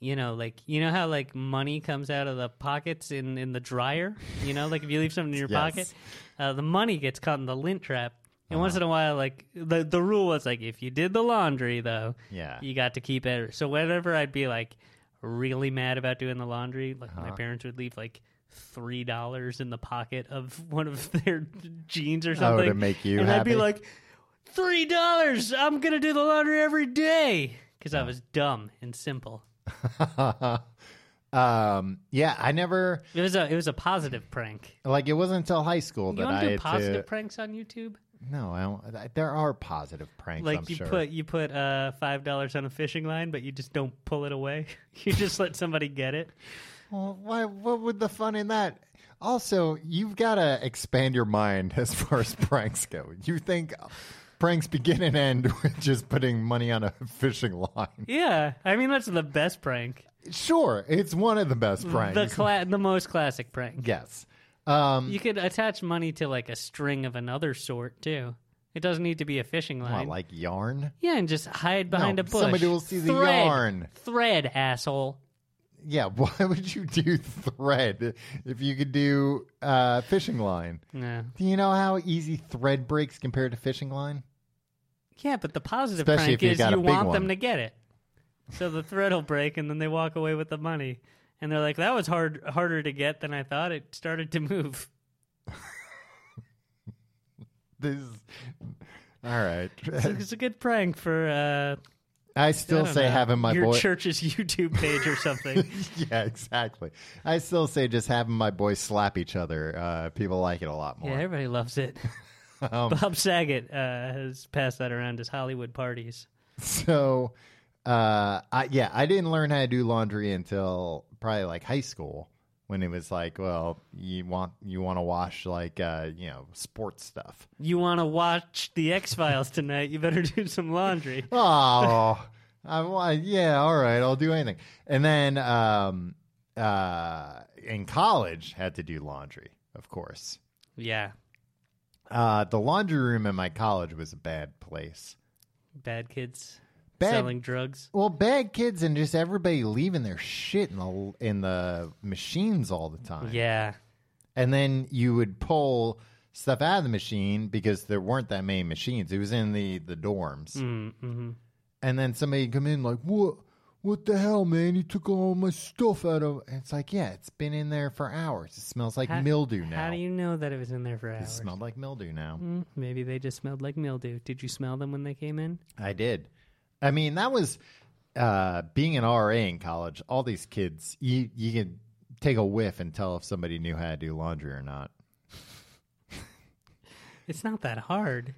Speaker 3: you know, like you know how like money comes out of the pockets in in the dryer. You know, like if you leave something in your
Speaker 2: *laughs* Yes.
Speaker 3: pocket, uh, the money gets caught in the lint trap. And
Speaker 2: Uh-huh.
Speaker 3: once in a while, like the the rule was like if you did the laundry though,
Speaker 2: Yeah.
Speaker 3: you got to keep it. So whenever I'd be like really mad about doing the laundry, like
Speaker 2: Uh-huh.
Speaker 3: my parents would leave like three dollars in the pocket of *laughs* one of their jeans or something.
Speaker 2: Oh, to make you
Speaker 3: and I'd be
Speaker 2: happy?
Speaker 3: like, three dollars. I'm gonna do the laundry every day because I was dumb and simple.
Speaker 2: um, yeah, I never,
Speaker 3: It was a it was a positive prank.
Speaker 2: like, it wasn't until high school
Speaker 3: You
Speaker 2: that
Speaker 3: want
Speaker 2: I
Speaker 3: to do
Speaker 2: had
Speaker 3: positive
Speaker 2: to.
Speaker 3: pranks on YouTube?
Speaker 2: no, I don't, I- there are positive pranks,
Speaker 3: Like
Speaker 2: I'm
Speaker 3: you
Speaker 2: sure.
Speaker 3: put you put uh, five dollars on a fishing line, but you just don't pull it away. *laughs* you just let somebody get it.
Speaker 2: Well, why, what would the fun in that? Also, you've got to expand your mind as far as *laughs* pranks go. You think pranks begin and end *laughs* with just putting money on a fishing line.
Speaker 3: Yeah, I mean that's the best prank.
Speaker 2: Sure, it's one of the best pranks.
Speaker 3: The cla- the most classic prank.
Speaker 2: yes. Um,
Speaker 3: You could attach money to like a string of another sort too. It doesn't need to be a fishing
Speaker 2: what,
Speaker 3: line.
Speaker 2: like yarn?
Speaker 3: yeah, and just hide behind
Speaker 2: No,
Speaker 3: a bush.
Speaker 2: somebody will see the
Speaker 3: Thread.
Speaker 2: yarn.
Speaker 3: Thread, asshole.
Speaker 2: yeah, *laughs* why would you do thread if you could do uh, fishing line?
Speaker 3: Yeah.
Speaker 2: Do you know how easy thread breaks compared to fishing line?
Speaker 3: Yeah, but the positive
Speaker 2: Especially if
Speaker 3: prank
Speaker 2: you
Speaker 3: is
Speaker 2: got a
Speaker 3: you
Speaker 2: big
Speaker 3: want
Speaker 2: one.
Speaker 3: them to get it. So the thread will break and then they walk away with the money. And they're like, that was hard harder to get than I thought. It started to move. *laughs*
Speaker 2: This, all right. *laughs*
Speaker 3: So it's a good prank for uh
Speaker 2: I
Speaker 3: I
Speaker 2: still
Speaker 3: don't
Speaker 2: say
Speaker 3: know,
Speaker 2: having my
Speaker 3: your
Speaker 2: boy.
Speaker 3: church's *laughs* YouTube page or something.
Speaker 2: *laughs* yeah, exactly. I still say just having my boys slap each other. Uh, people like it a lot
Speaker 3: yeah,
Speaker 2: more.
Speaker 3: everybody loves it.
Speaker 2: *laughs* Um,
Speaker 3: Bob Saget uh, has passed that around his Hollywood parties.
Speaker 2: so uh I, yeah i didn't learn how to do laundry until probably like high school when it was like well you want you want to wash like uh you know sports stuff
Speaker 3: You want to watch the X Files tonight? You better *laughs* do some laundry.
Speaker 2: oh I, wa- yeah all right i'll do anything and then um uh in college had to do laundry of course
Speaker 3: Yeah,
Speaker 2: uh the laundry room in my college was a bad place
Speaker 3: bad kids
Speaker 2: Bad-
Speaker 3: selling drugs.
Speaker 2: Well, bad kids and just everybody leaving their shit in the in the machines all the time.
Speaker 3: Yeah,
Speaker 2: and then you would pull stuff out of the machine because there weren't that many machines. It was in the the dorms,
Speaker 3: mm-hmm.
Speaker 2: and then somebody would come in like, "What? What the hell, man? You took all my stuff out of." And it's like, yeah, it's been in there for hours. It smells like mildew now.
Speaker 3: How do you know that it was in there for
Speaker 2: it
Speaker 3: hours?
Speaker 2: smelled like mildew now.
Speaker 3: Mm, Maybe they just smelled like mildew. Did you smell them when they came in?
Speaker 2: I did. I mean, that was uh, being an RA in college. All these kids, you you can take a whiff and tell if somebody knew how to do laundry or not.
Speaker 3: It's not that hard.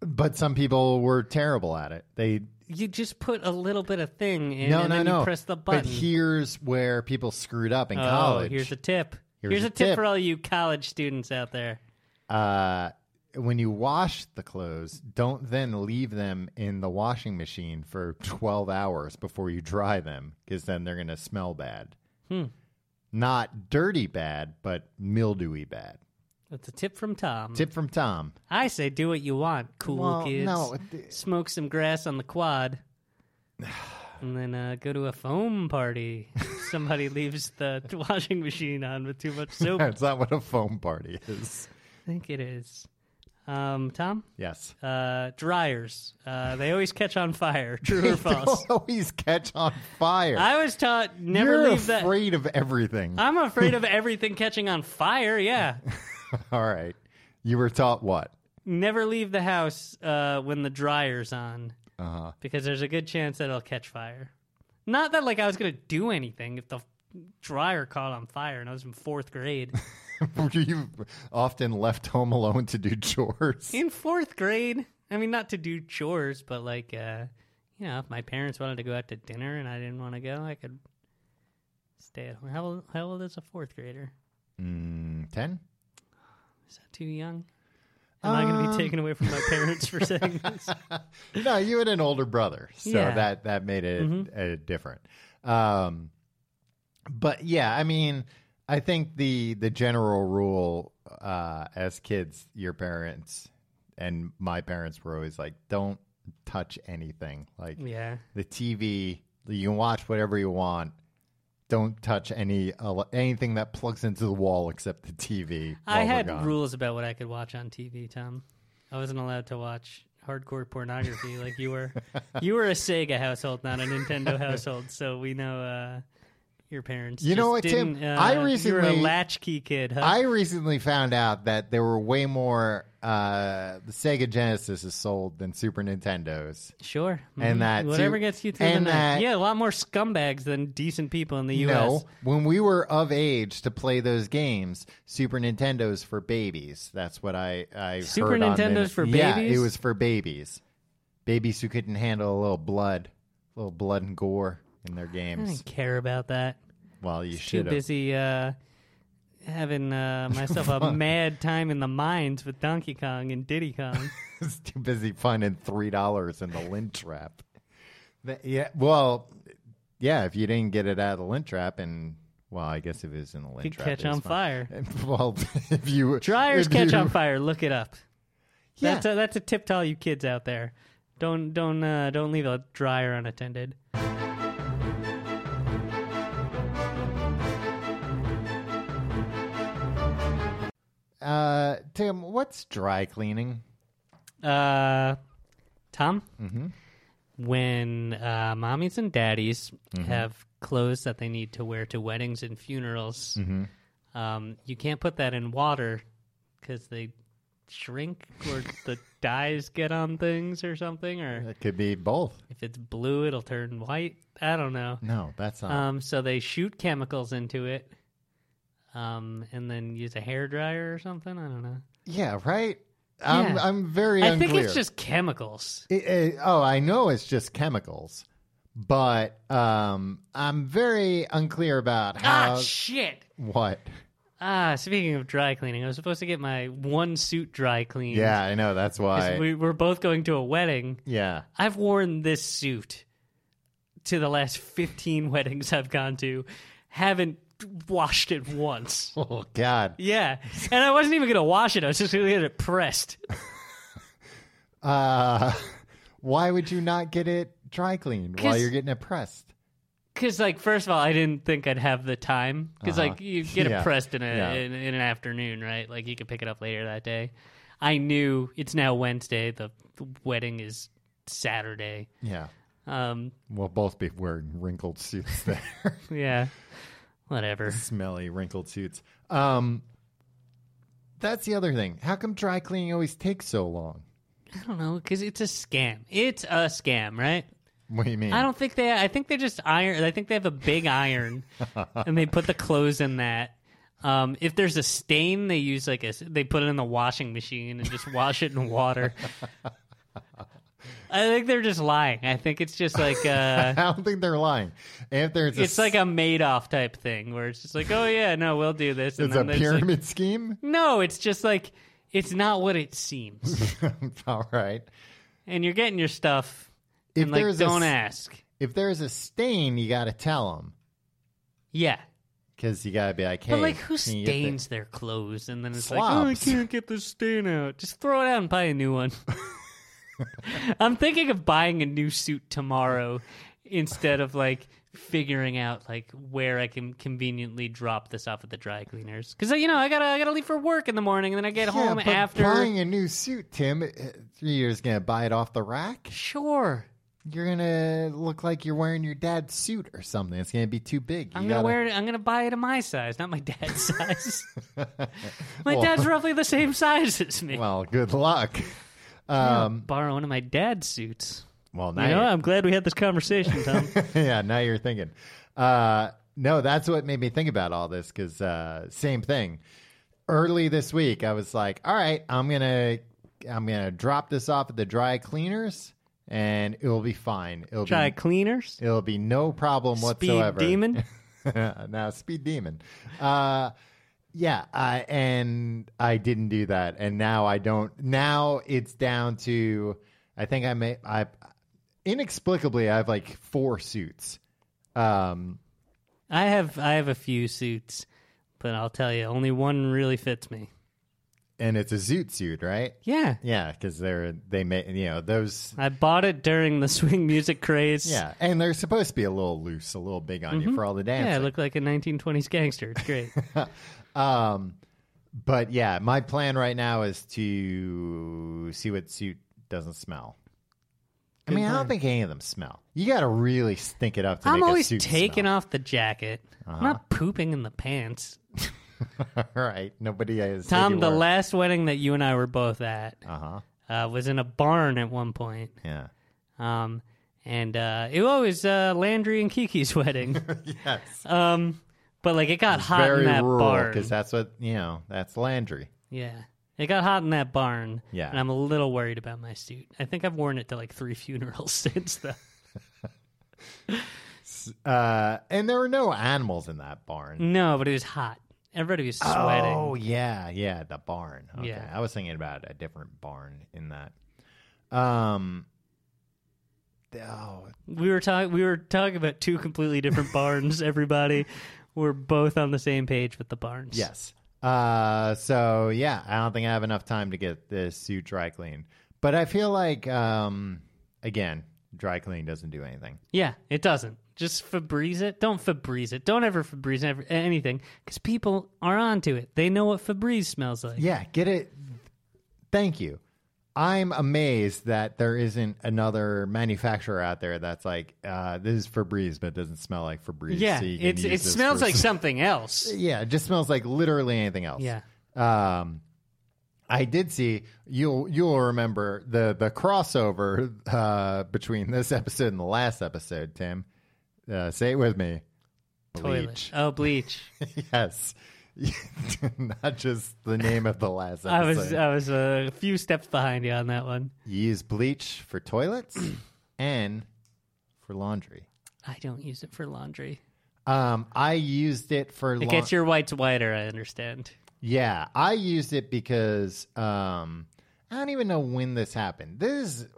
Speaker 2: But some people were terrible at it. They
Speaker 3: You just put a little bit of thing in,
Speaker 2: no,
Speaker 3: and
Speaker 2: no,
Speaker 3: then
Speaker 2: no.
Speaker 3: you press the button.
Speaker 2: But here's where people screwed up in
Speaker 3: oh,
Speaker 2: college.
Speaker 3: here's a tip.
Speaker 2: Here's
Speaker 3: Here's,
Speaker 2: a
Speaker 3: a, tip,
Speaker 2: tip.
Speaker 3: for all you college students out there.
Speaker 2: uh, when you wash the clothes, don't then leave them in the washing machine for 12 hours before you dry them, because then they're going to smell bad.
Speaker 3: Hmm.
Speaker 2: Not dirty bad, but mildewy bad.
Speaker 3: That's a tip from Tom.
Speaker 2: Tip from Tom.
Speaker 3: I say do what you want, cool
Speaker 2: Well,
Speaker 3: kids.
Speaker 2: no, *laughs* it-
Speaker 3: Smoke some grass on the
Speaker 2: *sighs*
Speaker 3: quad. And then uh, go to a foam party. *laughs* Somebody leaves the *laughs* washing machine on with too much
Speaker 2: *laughs*
Speaker 3: soap. I
Speaker 2: That's not what a foam party is.
Speaker 3: think it is. Um, Tom?
Speaker 2: Yes.
Speaker 3: Uh, dryers. Uh, they always catch
Speaker 2: *laughs*
Speaker 3: on fire. True or false?
Speaker 2: Don't always catch on fire.
Speaker 3: I was taught never
Speaker 2: You're
Speaker 3: leave that.
Speaker 2: afraid of everything.
Speaker 3: I'm afraid of everything catching on
Speaker 2: *laughs*
Speaker 3: fire. Yeah.
Speaker 2: All right. You were taught what?
Speaker 3: never leave the house uh, when the dryer's on
Speaker 2: Uh-huh.
Speaker 3: because there's a good chance that it'll catch fire. Not that like I was gonna do anything if the dryer caught on fire and I was in fourth grade.
Speaker 2: *laughs* Were you often left home alone to do chores?
Speaker 3: in fourth grade, I mean not to do chores, but like uh, you know, if my parents wanted to go out to dinner and I didn't want to go, I could stay at home. How old, how old is a fourth grader?
Speaker 2: Mm, Ten?
Speaker 3: Is that too young? Am I going to
Speaker 2: Um.
Speaker 3: be taken away from my parents for saying this?
Speaker 2: no, you had an older brother, so
Speaker 3: Yeah.
Speaker 2: that that made it uh, different. Um, but yeah, I mean, I think the the general rule uh, as kids, your parents and my parents were always like, "Don't touch anything." Like
Speaker 3: Yeah.
Speaker 2: the TV, you can watch whatever you want. Don't touch any ele- anything that plugs into the wall except the TV.
Speaker 3: I
Speaker 2: while we're
Speaker 3: had
Speaker 2: gone.
Speaker 3: rules about what I could watch on TV, Tom. I wasn't allowed to watch hardcore pornography like
Speaker 2: *laughs*
Speaker 3: you were. you were a Sega household, not a Nintendo household, so we know uh, your parents.
Speaker 2: You know
Speaker 3: just
Speaker 2: what, Tim?
Speaker 3: didn't, uh,
Speaker 2: I
Speaker 3: you were a
Speaker 2: recently-
Speaker 3: latchkey kid. Huh?
Speaker 2: I recently found out that there were way more uh, Sega Genesis is sold than Super Nintendo's.
Speaker 3: sure,
Speaker 2: And
Speaker 3: Mhm.
Speaker 2: that
Speaker 3: whatever
Speaker 2: too-
Speaker 3: gets you through
Speaker 2: and
Speaker 3: the night.
Speaker 2: that-
Speaker 3: yeah, a lot more scumbags than decent people in the U.S.
Speaker 2: No, when we were of age to play those games, Super Nintendo's for babies. That's what I I
Speaker 3: Super
Speaker 2: heard on
Speaker 3: Nintendo's
Speaker 2: Min-
Speaker 3: for
Speaker 2: Yeah,
Speaker 3: babies?
Speaker 2: it was for babies, babies who couldn't handle a little blood, a little blood and gore in their
Speaker 3: I
Speaker 2: games.
Speaker 3: didn't care about that.
Speaker 2: Well, you
Speaker 3: Too
Speaker 2: should *laughs* have.
Speaker 3: busy uh,
Speaker 2: *laughs*
Speaker 3: having uh, myself a mad time in the mines with Donkey Kong and Diddy
Speaker 2: *laughs*
Speaker 3: Kong.
Speaker 2: was too busy finding three dollars in the lint trap. Th- yeah, well, yeah. If you didn't get it out of the lint trap, and well, I guess if it was in the lint
Speaker 3: Could
Speaker 2: trap,
Speaker 3: catch
Speaker 2: it was
Speaker 3: on
Speaker 2: fine.
Speaker 3: fire.
Speaker 2: *laughs* Well, if you
Speaker 3: *laughs* Dryers
Speaker 2: if
Speaker 3: catch
Speaker 2: you-
Speaker 3: on fire. Look it up.
Speaker 2: Yeah.
Speaker 3: That's a, that's a tip to all you kids out there. Don't don't uh, don't leave a dryer unattended.
Speaker 2: Uh, Tim, what's dry cleaning?
Speaker 3: Uh, Tom,
Speaker 2: Mm-hmm.
Speaker 3: when uh, mommies and daddies
Speaker 2: Mm-hmm.
Speaker 3: have clothes that they need to wear to weddings and funerals,
Speaker 2: Mm-hmm.
Speaker 3: um, you can't put that in water because they shrink or
Speaker 2: *laughs*
Speaker 3: the dyes get on things or something, or
Speaker 2: It could be both.
Speaker 3: if it's blue, it'll turn white. I don't know.
Speaker 2: No, that's not.
Speaker 3: Um, so they shoot chemicals into it, um, and then use a hair dryer or something. I don't know.
Speaker 2: yeah, right. I'm
Speaker 3: yeah.
Speaker 2: I'm very
Speaker 3: I
Speaker 2: unclear.
Speaker 3: think it's just chemicals.
Speaker 2: It- it- oh, I know it's just chemicals, but um, I'm very unclear about how
Speaker 3: ah, shit.
Speaker 2: what.
Speaker 3: Ah, speaking of dry cleaning, I was supposed to get my one suit dry cleaned.
Speaker 2: Yeah, I know that's
Speaker 3: 'Cause
Speaker 2: why.
Speaker 3: We, we're both going to a wedding.
Speaker 2: yeah,
Speaker 3: I've worn this suit to the last 15 *laughs* weddings I've gone to, haven't washed it once.
Speaker 2: Oh God.
Speaker 3: Yeah. And I wasn't even going to wash it. I was just going to get it pressed.
Speaker 2: Uh, *laughs* why would you not get it dry cleaned while
Speaker 3: 'Cause-
Speaker 2: you're getting it pressed?
Speaker 3: Because, like, first of all, I didn't think I'd have the time. Because,
Speaker 2: Uh-huh.
Speaker 3: like, you get
Speaker 2: *laughs* Yeah.
Speaker 3: it pressed in, a,
Speaker 2: Yeah.
Speaker 3: in, in an afternoon, right? Like, you could pick it up later that day. I knew it's now Wednesday. The the wedding is Saturday.
Speaker 2: Yeah,
Speaker 3: Um,
Speaker 2: we'll both be wearing wrinkled suits
Speaker 3: *laughs*
Speaker 2: there.
Speaker 3: yeah. Whatever.
Speaker 2: Smelly wrinkled suits. Um, that's the other thing. How come dry cleaning always takes so long?
Speaker 3: I don't know, because it's a scam. It's a scam, right?
Speaker 2: What do you mean?
Speaker 3: I don't think they. I think they just iron. I think they have a big *laughs* iron, and they put the clothes in that. Um, if there's a stain, they use like a. s- They put it in the washing machine and just wash it in water. I think they're just lying. I think it's just like uh
Speaker 2: *laughs*
Speaker 3: *laughs*
Speaker 2: I don't think they're lying. And if there's a,
Speaker 3: it's like a Madoff type thing where it's just like, oh yeah, no, we'll do this.
Speaker 2: it's a
Speaker 3: then there's, like-
Speaker 2: pyramid scheme. *laughs*
Speaker 3: no, it's just like it's not what it seems,
Speaker 2: All right.
Speaker 3: and you're getting your stuff.
Speaker 2: If
Speaker 3: and like,
Speaker 2: there's a
Speaker 3: don't
Speaker 2: s-
Speaker 3: ask.
Speaker 2: If there's a stain, you got to tell them
Speaker 3: Yeah,
Speaker 2: because you got to be like, hey,
Speaker 3: But like, who
Speaker 2: can you get the-
Speaker 3: stains their clothes and then it's like, oh, I
Speaker 2: Slobs.
Speaker 3: can't get this stain out. Just throw it out and buy a new
Speaker 2: *laughs*
Speaker 3: one. I'm thinking of buying a new suit tomorrow instead of like figuring out like where I can conveniently drop this off at the dry cleaners because you know I gotta I gotta leave for work in the morning and then I get
Speaker 2: Yeah,
Speaker 3: home
Speaker 2: but
Speaker 3: after.
Speaker 2: buying a new suit, Tim. uh, You're just gonna buy it off the rack.
Speaker 3: Sure,
Speaker 2: You're gonna look like you're wearing your dad's suit or something. It's gonna be too big.
Speaker 3: I'm
Speaker 2: You
Speaker 3: gonna
Speaker 2: gotta-
Speaker 3: wear it. I'm gonna buy it in my size, not
Speaker 2: *laughs*
Speaker 3: my dad's size. my
Speaker 2: Well-
Speaker 3: dad's roughly the same size as
Speaker 2: *laughs*
Speaker 3: me.
Speaker 2: Well, good luck. *laughs*
Speaker 3: um, borrow one of my dad's suits.
Speaker 2: Well, now
Speaker 3: You know,
Speaker 2: you're-
Speaker 3: I'm glad we had this
Speaker 2: *laughs*
Speaker 3: conversation, Tom.
Speaker 2: yeah, now you're thinking. Uh, no, that's what made me think about all this because uh, same thing. Early this week, I was like, "All right, I'm gonna, I'm gonna drop this off at the dry cleaners, and it will be fine. It'll
Speaker 3: Dry
Speaker 2: be,
Speaker 3: cleaners,
Speaker 2: it'll be no problem whatsoever." *laughs*
Speaker 3: speed demon.
Speaker 2: now, speed demon. Uh, yeah, I, and I didn't do that, and now I don't. Now it's down to, I think I may, I inexplicably I have like four suits. Um,
Speaker 3: I have I have a few suits, but I'll tell you, only one really fits me.
Speaker 2: and it's a zoot suit, right?
Speaker 3: Yeah,
Speaker 2: Yeah, because they're they may you know those.
Speaker 3: I bought it during the swing music craze.
Speaker 2: Yeah, and they're supposed to be a little loose, a little big on you for all the dancing.
Speaker 3: Mm-hmm. yeah, I look like a 1920s gangster. It's
Speaker 2: *laughs*
Speaker 3: great.
Speaker 2: Um, but yeah, my plan right now is to see what suit doesn't smell. I mean, I don't think any of them smell. You got to really stink it up to
Speaker 3: I'm
Speaker 2: make
Speaker 3: always
Speaker 2: a suit
Speaker 3: taking off the jacket. I'm
Speaker 2: Uh-huh.
Speaker 3: not pooping in the pants.
Speaker 2: smell. *laughs* All right, nobody is.
Speaker 3: Tom, the last wedding that you and I were both at
Speaker 2: Uh huh.
Speaker 3: uh, was in a barn at one point.
Speaker 2: Yeah.
Speaker 3: Um, and uh, it was uh, Landry and Kiki's *laughs* wedding.
Speaker 2: *laughs* Yes.
Speaker 3: Um, but like it got hot
Speaker 2: Very
Speaker 3: in that
Speaker 2: rural
Speaker 3: barn.
Speaker 2: because that's what you know. That's Landry.
Speaker 3: Yeah, it got hot in that barn.
Speaker 2: Yeah.
Speaker 3: and I'm a little worried about my suit. I think I've worn it to like three *laughs* funerals since though.
Speaker 2: Uh, and there were no animals in that barn.
Speaker 3: No, but it was hot. Everybody was sweating.
Speaker 2: Oh yeah, yeah, the barn. Okay.
Speaker 3: Yeah.
Speaker 2: I was thinking about a different barn in that. Um. Oh,
Speaker 3: We were talking. We were talking about two completely different barns. Everybody, we're both on the same page with the barns.
Speaker 2: Yes. Uh, so yeah, I don't think I have enough time to get this suit dry cleaned. But I feel like, um, again, Dry clean doesn't do anything.
Speaker 3: Yeah, it doesn't. Just Febreze it. Don't Febreze it. Don't ever Febreze ever, anything because people are onto it. They know what Febreze smells like.
Speaker 2: Yeah, get it. Thank you. I'm amazed that there isn't another manufacturer out there that's like, uh, this is Febreze, but it doesn't smell like Febreze.
Speaker 3: Yeah,
Speaker 2: so you can
Speaker 3: it's,
Speaker 2: use
Speaker 3: it
Speaker 2: this
Speaker 3: smells
Speaker 2: for-
Speaker 3: like something else.
Speaker 2: *laughs* Yeah, it just smells like literally anything else.
Speaker 3: Yeah.
Speaker 2: Um, I did see you'll you'll remember the the crossover uh, between this episode and the last episode. Tim, uh, say it with me.
Speaker 3: Toilet. Oh, bleach.
Speaker 2: *laughs* yes, *laughs* not just the name of the last episode.
Speaker 3: *laughs* I was uh, I was a few steps behind you on that one.
Speaker 2: You use bleach for
Speaker 3: *clears throat*
Speaker 2: toilets and for laundry.
Speaker 3: I don't use it for laundry.
Speaker 2: Um, I used it for
Speaker 3: It
Speaker 2: laun-
Speaker 3: gets your whites whiter. I understand.
Speaker 2: Yeah, I used it because um, I don't even know when this happened. This is,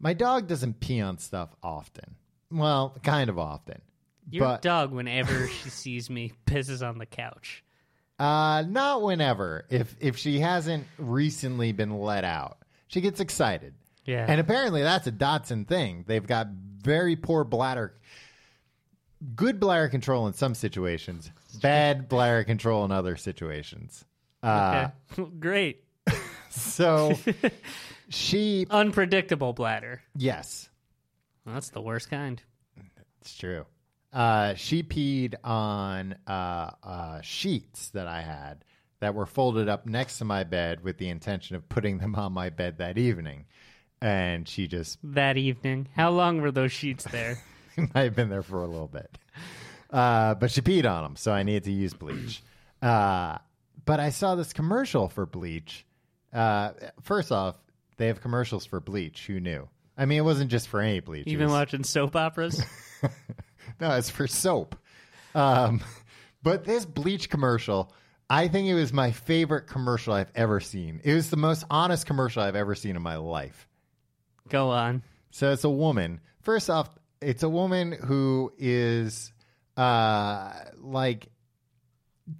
Speaker 2: my dog doesn't pee on stuff often. Well, kind of often,
Speaker 3: Your
Speaker 2: but
Speaker 3: dog, whenever she sees me, *laughs* pisses on the couch.
Speaker 2: uh, not whenever. If if she hasn't recently been let out, she gets excited.
Speaker 3: Yeah.
Speaker 2: and apparently that's a Dotson thing. They've got very poor bladder, good bladder control in some situations, bad bladder control in other situations. Uh,
Speaker 3: Okay. *laughs* Great. *laughs*
Speaker 2: So she
Speaker 3: Unpredictable bladder.
Speaker 2: Yes,
Speaker 3: Well, that's the worst kind.
Speaker 2: it's true. Uh, she peed on uh, uh, sheets that I had that were folded up next to my bed with the intention of putting them on my bed that evening. And she just *laughs*
Speaker 3: That evening. How long were those sheets there?
Speaker 2: might have been there for a little bit. Uh, but she peed on them, so I needed to use bleach. *clears throat* Uh, but I saw this commercial for bleach. Uh, first off, they have commercials for bleach. Who knew? I mean, it wasn't just for any bleach. it
Speaker 3: You've been
Speaker 2: was-
Speaker 3: watching soap
Speaker 2: *laughs*
Speaker 3: operas?
Speaker 2: No, it's for soap. Um, *laughs* but this bleach commercial, I think it was my favorite commercial I've ever seen. It was the most honest commercial I've ever seen in my life.
Speaker 3: Go on.
Speaker 2: So it's a woman. First off, it's a woman who is uh, like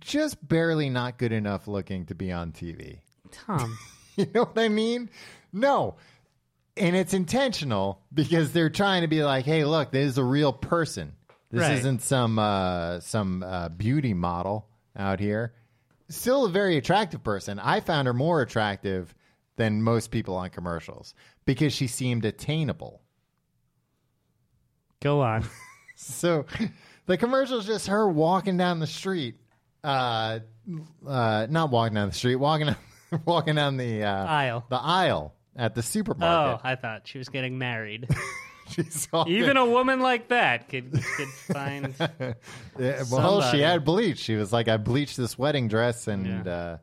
Speaker 2: just barely not good enough looking to be on TV.
Speaker 3: Tom.
Speaker 2: *laughs* You know what I mean? No. And it's intentional because they're trying to be like, "Hey, look, this is a real person. This
Speaker 3: Right.
Speaker 2: isn't some uh, some uh, beauty model out here." Still a very attractive person. I found her more attractive than most people on commercials because she seemed attainable.
Speaker 3: *laughs* Go on.
Speaker 2: So *laughs* the commercial's just her walking down the street, uh, uh, not walking down the street, walking *laughs* walking down the uh,
Speaker 3: Aisle.
Speaker 2: the aisle at the supermarket.
Speaker 3: Oh, I thought she was
Speaker 2: *laughs*
Speaker 3: getting married.
Speaker 2: She's all
Speaker 3: Even a woman like that could could find.
Speaker 2: Yeah, well,
Speaker 3: somebody.
Speaker 2: she had bleach. She was like, I bleached this wedding dress and *laughs* uh,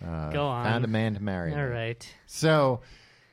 Speaker 3: Go
Speaker 2: found a
Speaker 3: on.
Speaker 2: man to marry.
Speaker 3: All
Speaker 2: me.
Speaker 3: right.
Speaker 2: So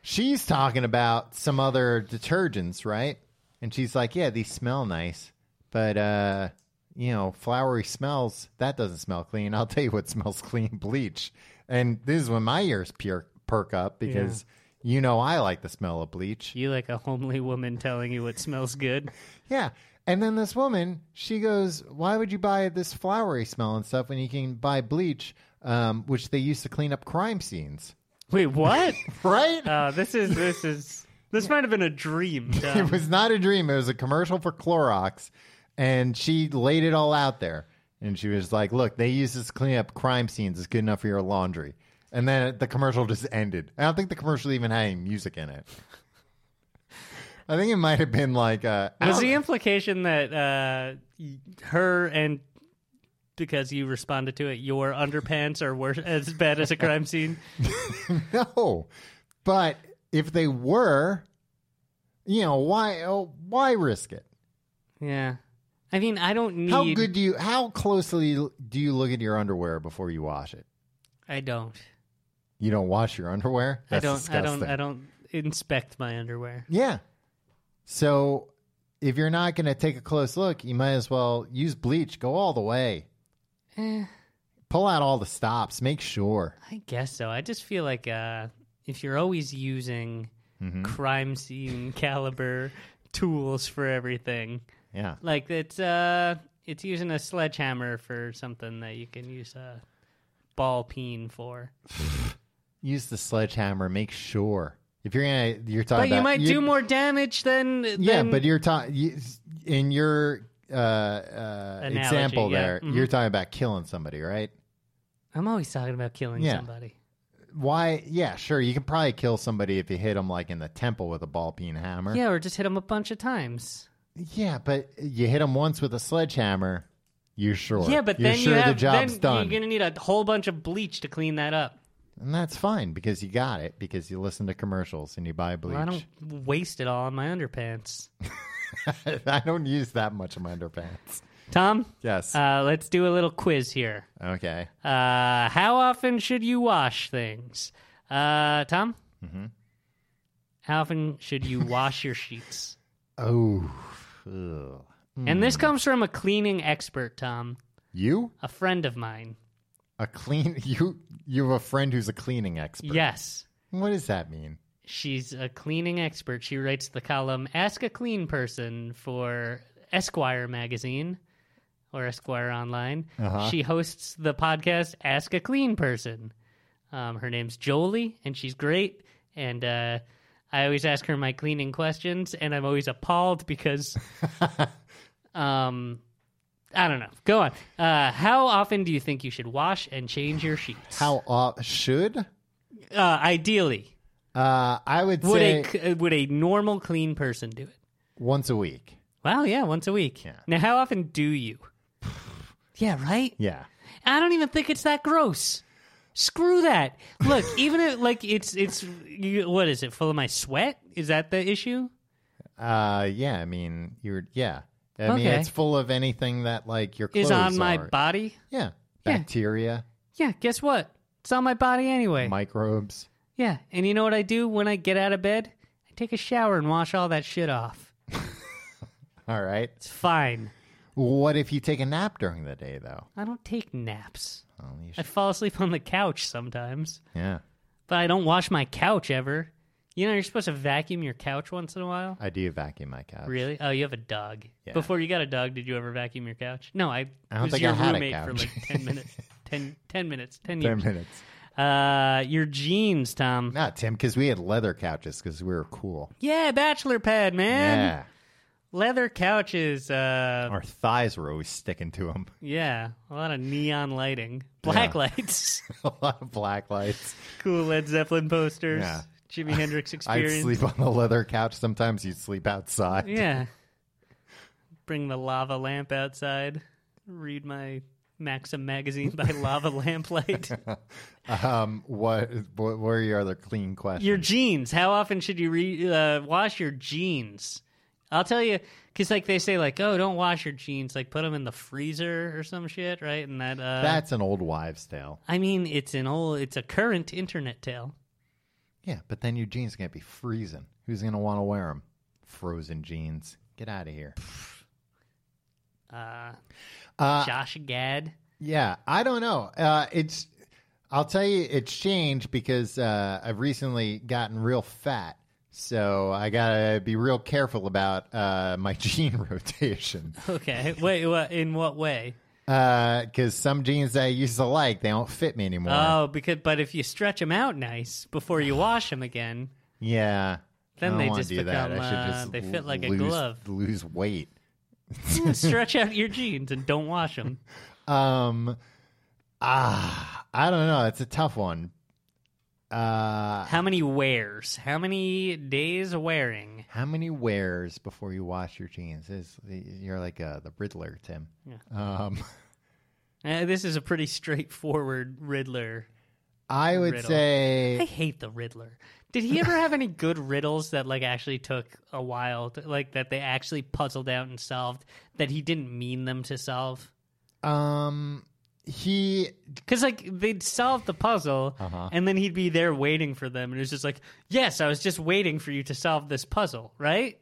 Speaker 2: she's talking about some other detergents, right? And she's like, Yeah, these smell nice, but uh, you know, flowery smells, that doesn't smell clean. I'll tell you what smells *laughs* clean bleach. And this is when my ears per- perk up because you know I like the smell of bleach.
Speaker 3: You like a homely woman telling you what
Speaker 2: *laughs*
Speaker 3: smells good.
Speaker 2: Yeah. And then this woman, she goes, Why would you buy this flowery smell and stuff when you can buy bleach, um, which they used to clean up crime scenes?
Speaker 3: Wait, what?
Speaker 2: Right?
Speaker 3: *laughs* Uh, this is this is this might have been a dream.
Speaker 2: *laughs* it
Speaker 3: Tom.
Speaker 2: was not a dream. It was a commercial for Clorox. And she laid it all out there. And she was like, Look, they use this to clean up crime scenes. It's good enough for your laundry. And then the commercial just ended. I don't think the commercial even had any music in it. *laughs* I think it might have been like, uh, I
Speaker 3: Was
Speaker 2: don't-
Speaker 3: the implication that uh, y- her and because you responded to it, your underpants are worse as bad as a crime scene?
Speaker 2: *laughs* No, but if they were, you know, why oh, why risk it?
Speaker 3: Yeah. I mean, I don't need.
Speaker 2: How good do you? How closely do you look at your underwear before you wash it?
Speaker 3: I don't.
Speaker 2: You don't wash your underwear. That's
Speaker 3: I don't.
Speaker 2: Disgusting.
Speaker 3: I don't. I don't inspect my underwear.
Speaker 2: Yeah. So if you're not going to take a close look, you might as well use bleach. Go all the way.
Speaker 3: Eh.
Speaker 2: Pull out all the stops. Make sure.
Speaker 3: I guess so. I just feel like uh, if you're always using
Speaker 2: Mm-hmm.
Speaker 3: crime scene *laughs* caliber tools for everything,
Speaker 2: Yeah.
Speaker 3: like it's uh, it's using a sledgehammer for something that you can use a ball peen for.
Speaker 2: Use the sledgehammer. Make sure. If you're gonna, you're talking.
Speaker 3: But you
Speaker 2: about-
Speaker 3: might do more damage than
Speaker 2: Uh, Yeah,
Speaker 3: than-
Speaker 2: but you're talking in your uh, uh,
Speaker 3: Analogy,
Speaker 2: example
Speaker 3: yeah.
Speaker 2: there.
Speaker 3: Mhm.
Speaker 2: You're talking about killing somebody, right?
Speaker 3: I'm always talking about killing
Speaker 2: Yeah.
Speaker 3: somebody.
Speaker 2: Why? Yeah, sure. You can probably kill somebody if you hit them like in the temple with a ball peen hammer.
Speaker 3: Yeah, or just hit them a bunch of times.
Speaker 2: Yeah, but you hit them once with a sledgehammer. You're sure.
Speaker 3: Yeah, but
Speaker 2: you're
Speaker 3: then
Speaker 2: sure
Speaker 3: you have
Speaker 2: the job's
Speaker 3: then
Speaker 2: done,
Speaker 3: you're gonna need a whole bunch of bleach to clean that up.
Speaker 2: and that's fine because you got it because you listen to commercials and you buy bleach.
Speaker 3: Well, I don't waste it all on my underpants.
Speaker 2: *laughs* I don't use that much of my
Speaker 3: Uh,
Speaker 2: underpants.
Speaker 3: Tom,
Speaker 2: Yes.
Speaker 3: uh, let's do a little quiz here.
Speaker 2: okay.
Speaker 3: Uh, how often should you wash things? Uh, Tom? Mm-hmm. How often should you wash
Speaker 2: *laughs*
Speaker 3: your sheets? uh,
Speaker 2: Oh. Ugh. Hmm.
Speaker 3: And this comes from a cleaning expert, Tom,
Speaker 2: You
Speaker 3: a friend of mine.
Speaker 2: a clean *laughs* you you have a friend who's a cleaning expert.
Speaker 3: Yes,
Speaker 2: What does that mean?
Speaker 3: she's a cleaning expert. She writes the column Ask a Clean Person for Esquire magazine or Esquire Online. She hosts the podcast Ask a Clean Person. Um, her name's Jolie, and she's great. And uh, I always ask her my cleaning questions, and I'm always appalled because. um, I don't know. Go on. Uh, how often do you think you should wash and change your sheets?
Speaker 2: How uh, should? Uh,
Speaker 3: Uh, ideally.
Speaker 2: I would
Speaker 3: Would
Speaker 2: say
Speaker 3: a c- uh, would a normal clean person do it?
Speaker 2: once a week.
Speaker 3: Wow, yeah, once a week.
Speaker 2: Yeah.
Speaker 3: Now, how often do you? yeah, right.
Speaker 2: *sighs* Yeah.
Speaker 3: I don't even think it's that gross. Screw that.
Speaker 2: *laughs*
Speaker 3: Look, even if, like it's it's you, what is it? Full of my sweat? Is that the issue?
Speaker 2: Uh, yeah. I mean, you're yeah. I mean,
Speaker 3: Okay.
Speaker 2: it's full of anything that like your clothes
Speaker 3: Is on my
Speaker 2: are.
Speaker 3: body?
Speaker 2: yeah
Speaker 3: Yeah.
Speaker 2: bacteria,
Speaker 3: Yeah. Guess what? It's on my body anyway.
Speaker 2: microbes.
Speaker 3: yeah. And you know what I do when I get out of bed? I take a shower and wash all that shit off.
Speaker 2: All right.
Speaker 3: It's fine.
Speaker 2: What if you take a nap during the day though?
Speaker 3: I don't take naps.
Speaker 2: Well, you
Speaker 3: I
Speaker 2: should,
Speaker 3: fall asleep on the couch sometimes.
Speaker 2: yeah,
Speaker 3: But I don't wash my couch ever. You know, you're supposed to vacuum your couch once in a while.
Speaker 2: I do vacuum my couch.
Speaker 3: Really? Oh, you have a dog.
Speaker 2: Yeah.
Speaker 3: Before you got a dog, did you ever vacuum your couch? No, I,
Speaker 2: I don't
Speaker 3: was
Speaker 2: think
Speaker 3: your
Speaker 2: I had a
Speaker 3: roommate for
Speaker 2: couch.
Speaker 3: like
Speaker 2: *laughs*
Speaker 3: 10 minutes. 10, 10 minutes.
Speaker 2: *laughs*
Speaker 3: 10
Speaker 2: Ten
Speaker 3: years.
Speaker 2: minutes.
Speaker 3: Uh, your jeans, Tom.
Speaker 2: Not Tim, because we had leather couches because we were cool.
Speaker 3: Yeah, bachelor pad, man.
Speaker 2: yeah,
Speaker 3: Leather couches. Uh,
Speaker 2: our thighs were always sticking to them.
Speaker 3: yeah, a lot of neon lighting. Black
Speaker 2: *laughs*
Speaker 3: lights.
Speaker 2: a lot of black lights.
Speaker 3: cool Led Zeppelin posters.
Speaker 2: Yeah.
Speaker 3: Jimi
Speaker 2: *laughs*
Speaker 3: Hendrix
Speaker 2: I'd
Speaker 3: experience.
Speaker 2: sleep on the leather couch. Sometimes you'd sleep outside.
Speaker 3: Yeah. Bring the lava lamp outside. Read my Maxim magazine *laughs* by Lava Lamplight.
Speaker 2: Um, what, what were your other clean questions?
Speaker 3: your jeans. How often should you re- uh, wash your jeans? I'll tell you, because like they say, like oh, don't wash your jeans. Like put them in the freezer or some shit, right? And that. Uh,
Speaker 2: That's an old wives' tale.
Speaker 3: I mean, it's an old, it's a current internet tale.
Speaker 2: Yeah, but then your jeans gonna be freezing. Who's gonna want to wear them? Frozen jeans. Get out of here.
Speaker 3: Uh,
Speaker 2: Uh,
Speaker 3: Josh Gad.
Speaker 2: Yeah, I don't know. Uh, it's I'll tell you, it's changed because uh, I've recently gotten real fat, so I gotta be real careful about uh, my *laughs* gene rotation.
Speaker 3: *laughs* Okay, *laughs* wait, what? In what way?
Speaker 2: Because Uh, some genes that I used to like, they don't fit me anymore.
Speaker 3: Oh, because but if you stretch them out nice before you wash them again,
Speaker 2: yeah, I
Speaker 3: Then
Speaker 2: don't
Speaker 3: they
Speaker 2: wanna
Speaker 3: just
Speaker 2: do that.
Speaker 3: become,
Speaker 2: I should
Speaker 3: uh,
Speaker 2: just
Speaker 3: they fit
Speaker 2: l-
Speaker 3: like a
Speaker 2: lose,
Speaker 3: glove.
Speaker 2: Lose weight.
Speaker 3: *laughs* stretch out your jeans and don't wash them.
Speaker 2: Um, ah, I don't know. It's a tough one. Uh,
Speaker 3: How many wears? How many days wearing?
Speaker 2: How many wears before you wash your jeans? Is you're like uh, the Riddler, Tim?
Speaker 3: Yeah.
Speaker 2: Um,
Speaker 3: Uh, this is a pretty straightforward Riddler.
Speaker 2: I would
Speaker 3: Riddle. I
Speaker 2: say
Speaker 3: *laughs* hate the Riddler. Did he ever have any good riddles that like actually took a while, to, like that they actually puzzled out and solved that he didn't mean them to solve?
Speaker 2: um he
Speaker 3: Because like they'd solve the puzzle, and then he'd be there waiting for them, and it was just like, "Yes, I was just waiting for you to solve this puzzle, right?"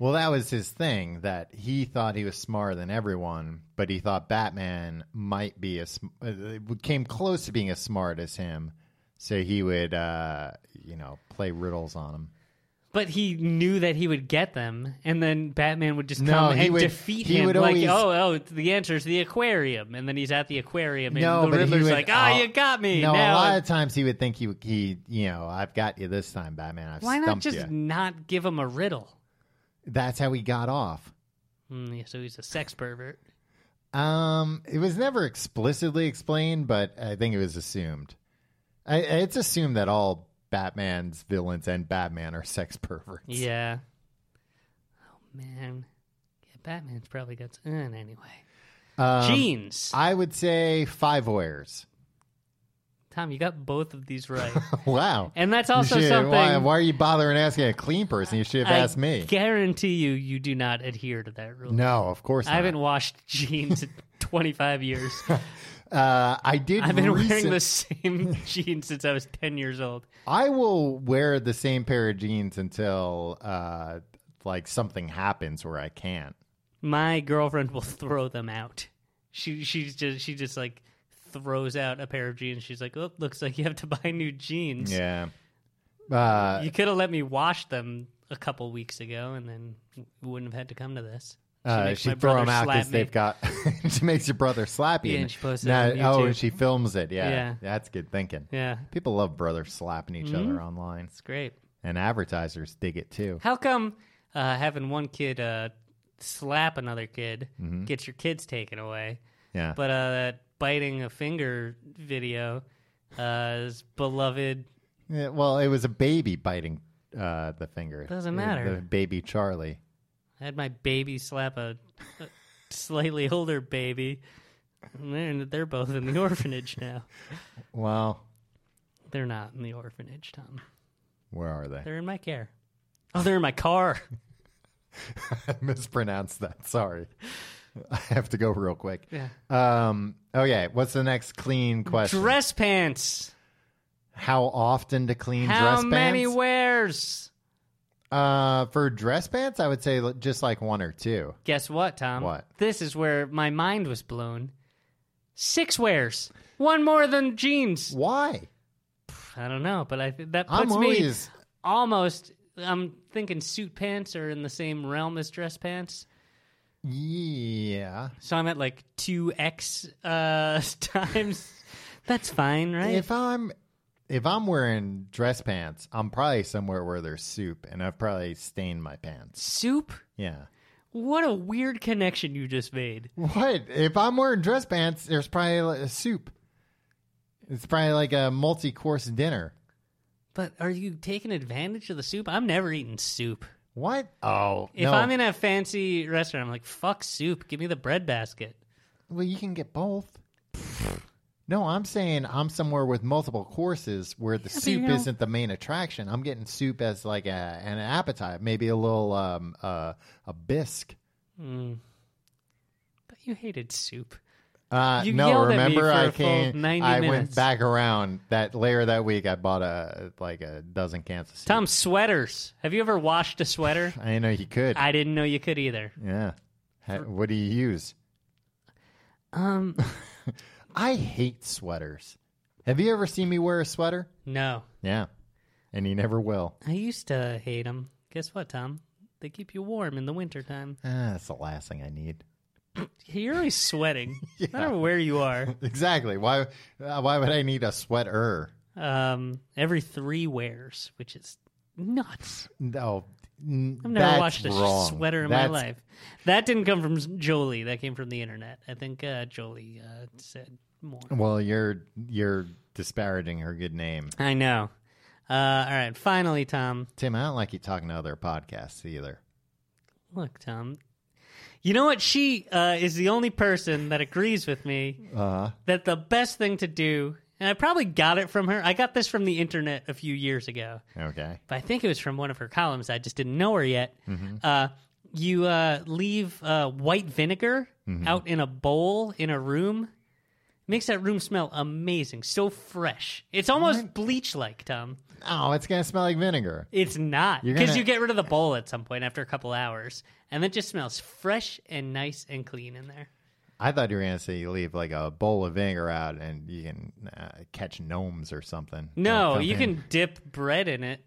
Speaker 2: well that was his thing that he thought he was smarter than everyone, but he thought Batman might be a sm- uh, came close to being as smart as him, so he would uh you know play riddles on him.
Speaker 3: But he knew that he would get them, and then Batman would just
Speaker 2: No,
Speaker 3: come
Speaker 2: he
Speaker 3: and
Speaker 2: would-
Speaker 3: defeat
Speaker 2: he
Speaker 3: him.
Speaker 2: would
Speaker 3: like,
Speaker 2: always-
Speaker 3: oh, oh, the answer's the aquarium, and then he's at the aquarium, and
Speaker 2: No,
Speaker 3: the
Speaker 2: but he
Speaker 3: Riddler's
Speaker 2: would-
Speaker 3: like, ah,
Speaker 2: uh,
Speaker 3: you got me.
Speaker 2: No,
Speaker 3: now
Speaker 2: a lot
Speaker 3: I'm-
Speaker 2: of times he would think he he you know I've got you this time, Batman. I've
Speaker 3: why not
Speaker 2: stumped
Speaker 3: just
Speaker 2: you.
Speaker 3: not give him a riddle?
Speaker 2: That's how he got off.
Speaker 3: Mm, yeah, so he's a sex pervert.
Speaker 2: Um, it was never explicitly explained, but I think it was assumed. I, it's assumed that all Batman's villains and Batman are sex perverts.
Speaker 3: Yeah. Oh man, yeah, Batman's probably got. Uh, anyway,
Speaker 2: Um,
Speaker 3: jeans.
Speaker 2: I would say five wears.
Speaker 3: Tom, you got both
Speaker 2: *laughs*
Speaker 3: of these right,
Speaker 2: wow.
Speaker 3: and that's
Speaker 2: You
Speaker 3: also
Speaker 2: should-
Speaker 3: something.
Speaker 2: Why, why are you bothering asking a clean person? You should have asked
Speaker 3: I
Speaker 2: me.
Speaker 3: guarantee you, you do not adhere to that rule.
Speaker 2: No, of course not.
Speaker 3: I haven't washed *laughs*
Speaker 2: *laughs*
Speaker 3: jeans in 25 years.
Speaker 2: Uh, I did.
Speaker 3: I've been wearing
Speaker 2: recent-
Speaker 3: the same *laughs* jeans since I was 10 years old.
Speaker 2: I will wear the same pair of jeans until uh, like something happens where I can't.
Speaker 3: My girlfriend will throw them out. She she's just she just like throws out a pair of jeans. She's like, "Oh, looks like you have to buy new jeans."
Speaker 2: Yeah. Uh,
Speaker 3: You could have let me wash them a couple weeks ago, and then we wouldn't have had to come to this. She
Speaker 2: uh,
Speaker 3: makes
Speaker 2: she
Speaker 3: my
Speaker 2: throw
Speaker 3: brother
Speaker 2: them out
Speaker 3: slap
Speaker 2: because
Speaker 3: me.
Speaker 2: they've got. *laughs* she makes your brother slap you.
Speaker 3: Yeah, and she posts it
Speaker 2: Now-
Speaker 3: on
Speaker 2: Oh,
Speaker 3: YouTube.
Speaker 2: and she films it. Yeah,
Speaker 3: Yeah.
Speaker 2: that's good thinking.
Speaker 3: Yeah,
Speaker 2: People love brothers slapping each
Speaker 3: Mm-hmm.
Speaker 2: other online,
Speaker 3: it's great.
Speaker 2: and advertisers dig it too.
Speaker 3: How come uh, having one kid uh, slap another kid
Speaker 2: Mm-hmm.
Speaker 3: gets your kids taken away,
Speaker 2: Yeah,
Speaker 3: but uh, that biting a finger video uh, is beloved?
Speaker 2: Yeah, well, it was a baby biting uh, the finger.
Speaker 3: Doesn't
Speaker 2: The-
Speaker 3: matter.
Speaker 2: The baby Charlie.
Speaker 3: I had my baby slap a, a slightly older baby, and they're, they're both in the *laughs* orphanage now.
Speaker 2: Well,
Speaker 3: They're not in the orphanage, Tom.
Speaker 2: where are they? *laughs*
Speaker 3: They're in my care. Oh, they're in my car.
Speaker 2: I mispronounced that. Sorry. *laughs* I have to go real quick.
Speaker 3: Yeah.
Speaker 2: Um, okay, what's the next clean question?
Speaker 3: Dress pants.
Speaker 2: How often to clean
Speaker 3: How
Speaker 2: dress
Speaker 3: many
Speaker 2: pants?
Speaker 3: wears?
Speaker 2: uh, for dress pants, I would say l- just like one or two.
Speaker 3: Guess what, Tom?
Speaker 2: What?
Speaker 3: This is where my mind was blown. Six wears. One more than jeans.
Speaker 2: Why?
Speaker 3: I don't know, but I th- that
Speaker 2: I'm
Speaker 3: puts me
Speaker 2: always
Speaker 3: almost. I'm thinking suit pants are in the same realm as dress pants.
Speaker 2: yeah.
Speaker 3: So I'm at like two x uh, *laughs* times. That's fine, right?
Speaker 2: If I'm if I'm wearing dress pants, I'm probably somewhere where there's soup, and I've probably stained my pants.
Speaker 3: Soup.
Speaker 2: Yeah.
Speaker 3: What a weird connection you just made.
Speaker 2: What? If I'm wearing dress pants, there's probably like a soup. It's probably like a multi-course dinner.
Speaker 3: But are you taking advantage of the soup? I'm never eating soup.
Speaker 2: What? Oh,
Speaker 3: If
Speaker 2: no.
Speaker 3: I'm in a fancy restaurant, I'm like, fuck soup. Give me the bread basket.
Speaker 2: well, you can get both. *laughs* No, I'm saying I'm somewhere with multiple courses where the
Speaker 3: but
Speaker 2: soup
Speaker 3: you know-
Speaker 2: isn't the main attraction. I'm getting soup as like a, an appetite, maybe a little um uh, a bisque.
Speaker 3: But you hated soup.
Speaker 2: Uh,
Speaker 3: You
Speaker 2: no,
Speaker 3: yelled at me
Speaker 2: remember
Speaker 3: for
Speaker 2: I
Speaker 3: a full
Speaker 2: came.
Speaker 3: 90
Speaker 2: I went
Speaker 3: minutes.
Speaker 2: back around that later that week. I bought a like a dozen cans of soup.
Speaker 3: Tom, sweaters. Have you ever washed
Speaker 2: *laughs*
Speaker 3: a sweater?
Speaker 2: I didn't know you could.
Speaker 3: I didn't know you could either.
Speaker 2: Yeah. Ha- what do you use?
Speaker 3: Um,
Speaker 2: *laughs* I hate sweaters. Have you ever seen me wear a sweater?
Speaker 3: no.
Speaker 2: Yeah. And you never will.
Speaker 3: I used to hate them. Guess what, Tom? They keep you warm in the wintertime.
Speaker 2: Ah, that's the last thing I need. *laughs*
Speaker 3: You're always sweating, no matter where you are.
Speaker 2: Exactly. Why uh, why would I need a sweater?
Speaker 3: Um, every three wears, which is nuts.
Speaker 2: No. n-
Speaker 3: I've never
Speaker 2: that's
Speaker 3: watched a
Speaker 2: wrong.
Speaker 3: sweater in
Speaker 2: That's-
Speaker 3: my life. That didn't come from Jolie. That came from the internet. I think uh, Jolie uh, said
Speaker 2: *laughs*
Speaker 3: more.
Speaker 2: Well, you're you're disparaging her good name.
Speaker 3: I know. Uh, all right. Finally, Tom.
Speaker 2: Tim, I don't like you talking to other podcasts either.
Speaker 3: Look, Tom. You know what? She uh, is the only person that agrees with me
Speaker 2: Uh
Speaker 3: that the best thing to do, and I probably got it from her. I got this from the internet a few years ago.
Speaker 2: okay.
Speaker 3: but I think it was from one of her columns. I just didn't know her yet. Uh, you uh, leave uh, white vinegar out in a bowl in a room. Makes that room smell amazing, so fresh. It's almost bleach like, Tom.
Speaker 2: Oh, it's gonna smell like vinegar.
Speaker 3: It's not
Speaker 2: You're
Speaker 3: because
Speaker 2: gonna-
Speaker 3: you get rid of the bowl at some point after a couple hours, and it just smells fresh and nice and clean in there.
Speaker 2: I thought you were gonna say you leave like a bowl of vinegar out and you can uh, catch gnomes or something. They'll
Speaker 3: No,
Speaker 2: come
Speaker 3: you
Speaker 2: in.
Speaker 3: can dip bread in it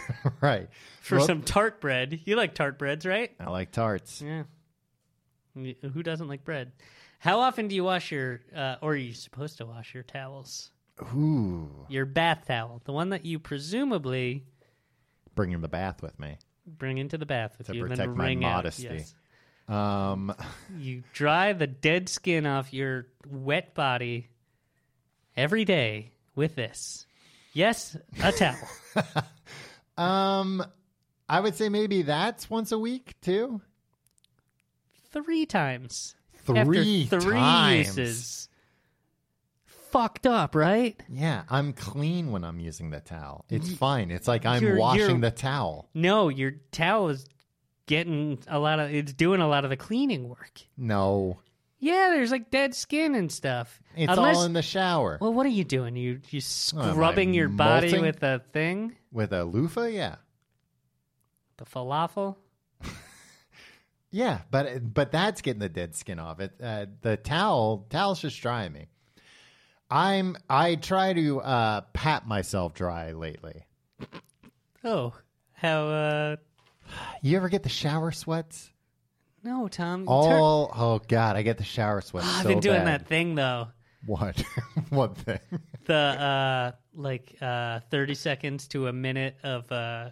Speaker 2: *laughs* right.
Speaker 3: for
Speaker 2: Well,
Speaker 3: some tart bread. You like tart breads, right?
Speaker 2: I like tarts.
Speaker 3: Yeah. Y- Who doesn't like bread? How often do you wash your, uh, or are you supposed to wash your towels?
Speaker 2: Ooh,
Speaker 3: Your bath towel, the one that you presumably
Speaker 2: bringing the bath with me.
Speaker 3: bring into the bath with
Speaker 2: To
Speaker 3: you and
Speaker 2: protect
Speaker 3: then
Speaker 2: my
Speaker 3: wring out.
Speaker 2: modesty.
Speaker 3: Yes.
Speaker 2: Um,
Speaker 3: You dry the dead skin off your wet body every day with this. Yes,
Speaker 2: *laughs*
Speaker 3: a towel.
Speaker 2: um, I would say maybe that's once a week too.
Speaker 3: three times.
Speaker 2: Three
Speaker 3: After three
Speaker 2: times.
Speaker 3: uses. Fucked up, right?
Speaker 2: Yeah, I'm clean when I'm using the towel. It's fine. It's like I'm
Speaker 3: you're-
Speaker 2: washing
Speaker 3: you're-
Speaker 2: the towel.
Speaker 3: No, your towel is getting a lot of it's doing a lot of the cleaning work.
Speaker 2: No,
Speaker 3: Yeah, there's like dead skin and stuff.
Speaker 2: it's
Speaker 3: Unless,
Speaker 2: all in the shower
Speaker 3: well, what are you doing? You you
Speaker 2: I
Speaker 3: scrubbing your body
Speaker 2: molting?
Speaker 3: with a thing,
Speaker 2: with a loofah. Yeah,
Speaker 3: the falafel.
Speaker 2: yeah, but but that's getting the dead skin off. It uh, the towel towel's just drying me. I'm I try to uh, pat myself dry lately.
Speaker 3: Oh, how? uh
Speaker 2: You ever get the shower sweats?
Speaker 3: No, Tom. you turn-
Speaker 2: All oh god, I get the shower sweats.
Speaker 3: Ah, I've
Speaker 2: so
Speaker 3: been doing
Speaker 2: bad.
Speaker 3: that thing though.
Speaker 2: What? *laughs* what thing?
Speaker 3: the uh like uh 30 seconds to a minute of uh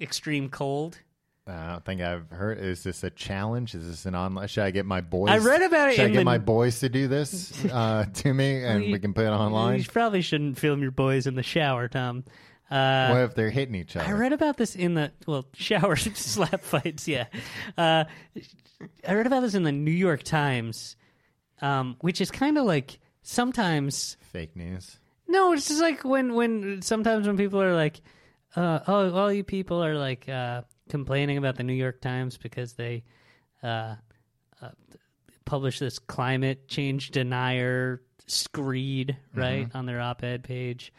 Speaker 3: extreme cold
Speaker 2: I don't think Uh, I've heard. Is this a challenge? Is this an online? Should I get my boys?
Speaker 3: I read about it
Speaker 2: Should I
Speaker 3: in
Speaker 2: get
Speaker 3: the-
Speaker 2: my boys to do
Speaker 3: *laughs*
Speaker 2: this uh, to me, and we can put it online?
Speaker 3: you probably shouldn't film your boys in the shower tom uh
Speaker 2: what if they're hitting each other?
Speaker 3: I read about this in the well *laughs* shower slap fights. Yeah, uh, I read about this in the New York Times, um, which is kind of like sometimes
Speaker 2: Fake news.
Speaker 3: No, it's just like when when sometimes when people are like, uh, oh, all you people are like uh, complaining about the New York Times because they uh, uh, publish this climate change denier screed right
Speaker 2: Mm-hmm.
Speaker 3: on their op-ed page.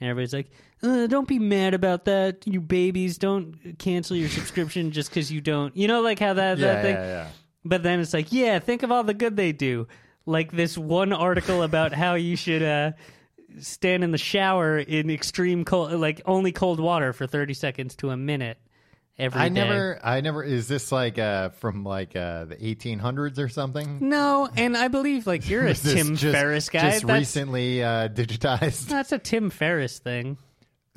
Speaker 3: And everybody's like, uh, "Don't be mad about that, you babies. Don't cancel your subscription just because you don't." You know, like how that,
Speaker 2: Yeah,
Speaker 3: that thing.
Speaker 2: yeah, yeah.
Speaker 3: But then it's like, yeah, think of all the good they do. Like this one article about how you should uh, stand in the shower in extreme cold, like only cold water for 30 seconds to a minute every day.
Speaker 2: I never, I never. Is this like uh, from like uh, the 1800s or something?
Speaker 3: No, and I believe like you're a
Speaker 2: *laughs* Is this
Speaker 3: Tim
Speaker 2: just-
Speaker 3: Ferriss guy.
Speaker 2: Just
Speaker 3: that's,
Speaker 2: recently uh, digitized. *laughs*
Speaker 3: that's a Tim Ferriss thing.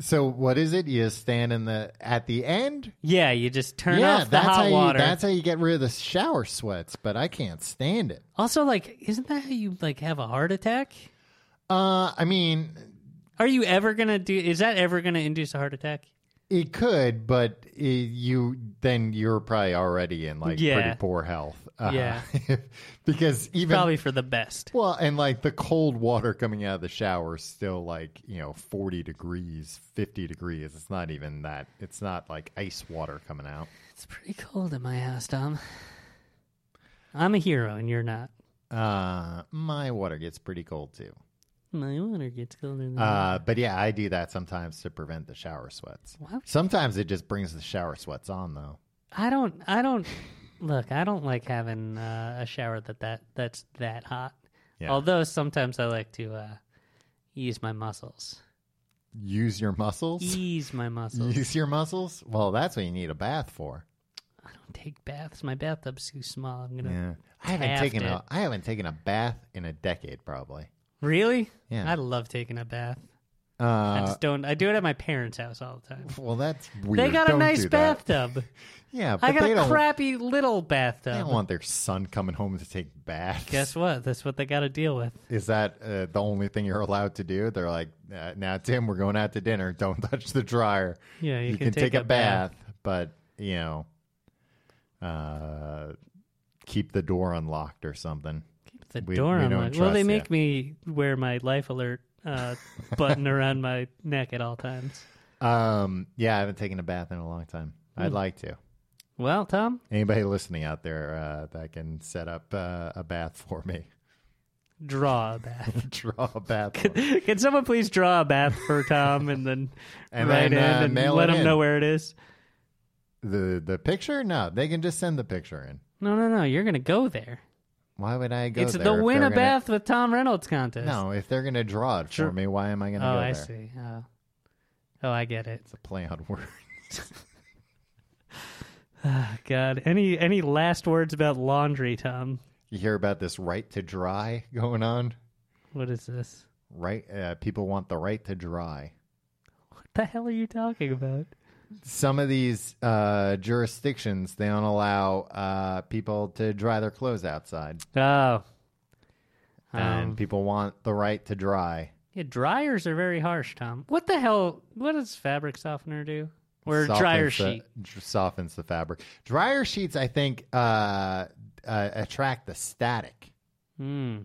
Speaker 2: So what is it? You stand in the at the end.
Speaker 3: Yeah, you just turn
Speaker 2: yeah,
Speaker 3: off the
Speaker 2: that's
Speaker 3: hot
Speaker 2: how
Speaker 3: water.
Speaker 2: you. That's how you get rid of the shower sweats. But I can't stand it.
Speaker 3: Also, like, isn't that how you like have a heart attack?
Speaker 2: Uh, I mean,
Speaker 3: Are you ever gonna do? Is that ever gonna induce a heart attack?
Speaker 2: It could, but i you then you're probably already in like
Speaker 3: Yeah.
Speaker 2: pretty poor health. Uh,
Speaker 3: Yeah.
Speaker 2: *laughs* because even
Speaker 3: Probably for the best.
Speaker 2: well, and like the cold water coming out of the shower is still like you know forty degrees, fifty degrees. It's not even that. It's not like ice water coming out.
Speaker 3: It's pretty cold in my house, Tom. I'm a hero and you're not.
Speaker 2: Uh, my water gets pretty cold too.
Speaker 3: My water gets colder than
Speaker 2: Uh, but yeah, I do that sometimes to prevent the shower sweats.
Speaker 3: Why would-
Speaker 2: Sometimes it just brings the shower sweats on though.
Speaker 3: I don't I don't look, I don't like having uh, a shower that, that that's that hot.
Speaker 2: Yeah.
Speaker 3: Although sometimes I like to uh, ease
Speaker 2: *laughs*
Speaker 3: my muscles.
Speaker 2: Use your muscles.
Speaker 3: Ease my muscles.
Speaker 2: Use your muscles? Well, that's what you need a bath for.
Speaker 3: I don't take baths. My bathtub's too small. I'm gonna
Speaker 2: Yeah. I haven't
Speaker 3: Taft
Speaker 2: taken
Speaker 3: it.
Speaker 2: a I haven't taken a bath in a decade probably.
Speaker 3: Really?
Speaker 2: Yeah.
Speaker 3: I love taking a bath. I
Speaker 2: Uh,
Speaker 3: just don't I do it at my parents' house all the time.
Speaker 2: well, that's weird.
Speaker 3: They got
Speaker 2: Don't
Speaker 3: a nice
Speaker 2: do that.
Speaker 3: bathtub.
Speaker 2: Yeah, but
Speaker 3: I got
Speaker 2: they
Speaker 3: a
Speaker 2: don't,
Speaker 3: crappy little
Speaker 2: They
Speaker 3: bathtub.
Speaker 2: don't want their son coming home to take baths.
Speaker 3: Guess what? That's what they got to deal with.
Speaker 2: *laughs* Is that uh, the only thing you're allowed to do? They're like, uh, now Tim, we're going out to dinner. *laughs* Don't touch the dryer.
Speaker 3: Yeah, you,
Speaker 2: You, can, take, a bath, but you know, uh, keep the door unlocked or something.
Speaker 3: Keep the
Speaker 2: We-
Speaker 3: door
Speaker 2: we don't
Speaker 3: unlocked. Well, they
Speaker 2: trust ya.
Speaker 3: make me wear my life alert *laughs* uh, button around my neck at all times.
Speaker 2: Um, yeah, I haven't taken a bath in a long time. I'd
Speaker 3: Hmm.
Speaker 2: like to.
Speaker 3: Well, Tom,
Speaker 2: Anybody listening out there uh, that can set up uh, a bath for me, *laughs*
Speaker 3: draw a bath. *laughs*
Speaker 2: draw a bath, for me.
Speaker 3: Can someone please draw a bath for Tom and then
Speaker 2: And
Speaker 3: write
Speaker 2: then,
Speaker 3: in
Speaker 2: uh,
Speaker 3: *laughs* and
Speaker 2: mail
Speaker 3: let
Speaker 2: it
Speaker 3: him
Speaker 2: in.
Speaker 3: know where it is?
Speaker 2: the the picture? No, they can just send the picture in.
Speaker 3: No, no, no. You're going to go there.
Speaker 2: Why would I go?
Speaker 3: it's
Speaker 2: there
Speaker 3: the
Speaker 2: if
Speaker 3: win
Speaker 2: they're
Speaker 3: a
Speaker 2: gonna-
Speaker 3: bath with Tom Reynolds contest.
Speaker 2: No, if they're gonna draw it for
Speaker 3: Sure.
Speaker 2: me, why am I gonna
Speaker 3: Oh,
Speaker 2: go
Speaker 3: I
Speaker 2: there?
Speaker 3: see. Oh. Oh, I get it.
Speaker 2: It's a play on words.
Speaker 3: *sighs* God, any any last words about laundry, Tom?
Speaker 2: *laughs* You hear about this right to dry *laughs* going on?
Speaker 3: What is this?
Speaker 2: Right, uh, people want the right to dry.
Speaker 3: What the hell are you talking about?
Speaker 2: Some of these uh, jurisdictions they don't allow uh, people to dry their clothes outside,
Speaker 3: Oh,
Speaker 2: and people want the right to dry.
Speaker 3: Um, yeah, dryers are very harsh, Tom. What the hell? What does fabric softener do? Or
Speaker 2: Softens
Speaker 3: dryer
Speaker 2: the-
Speaker 3: sheet?
Speaker 2: dr- softens the fabric. Dryer sheets, I think, uh, uh, attract the static.
Speaker 3: Hmm.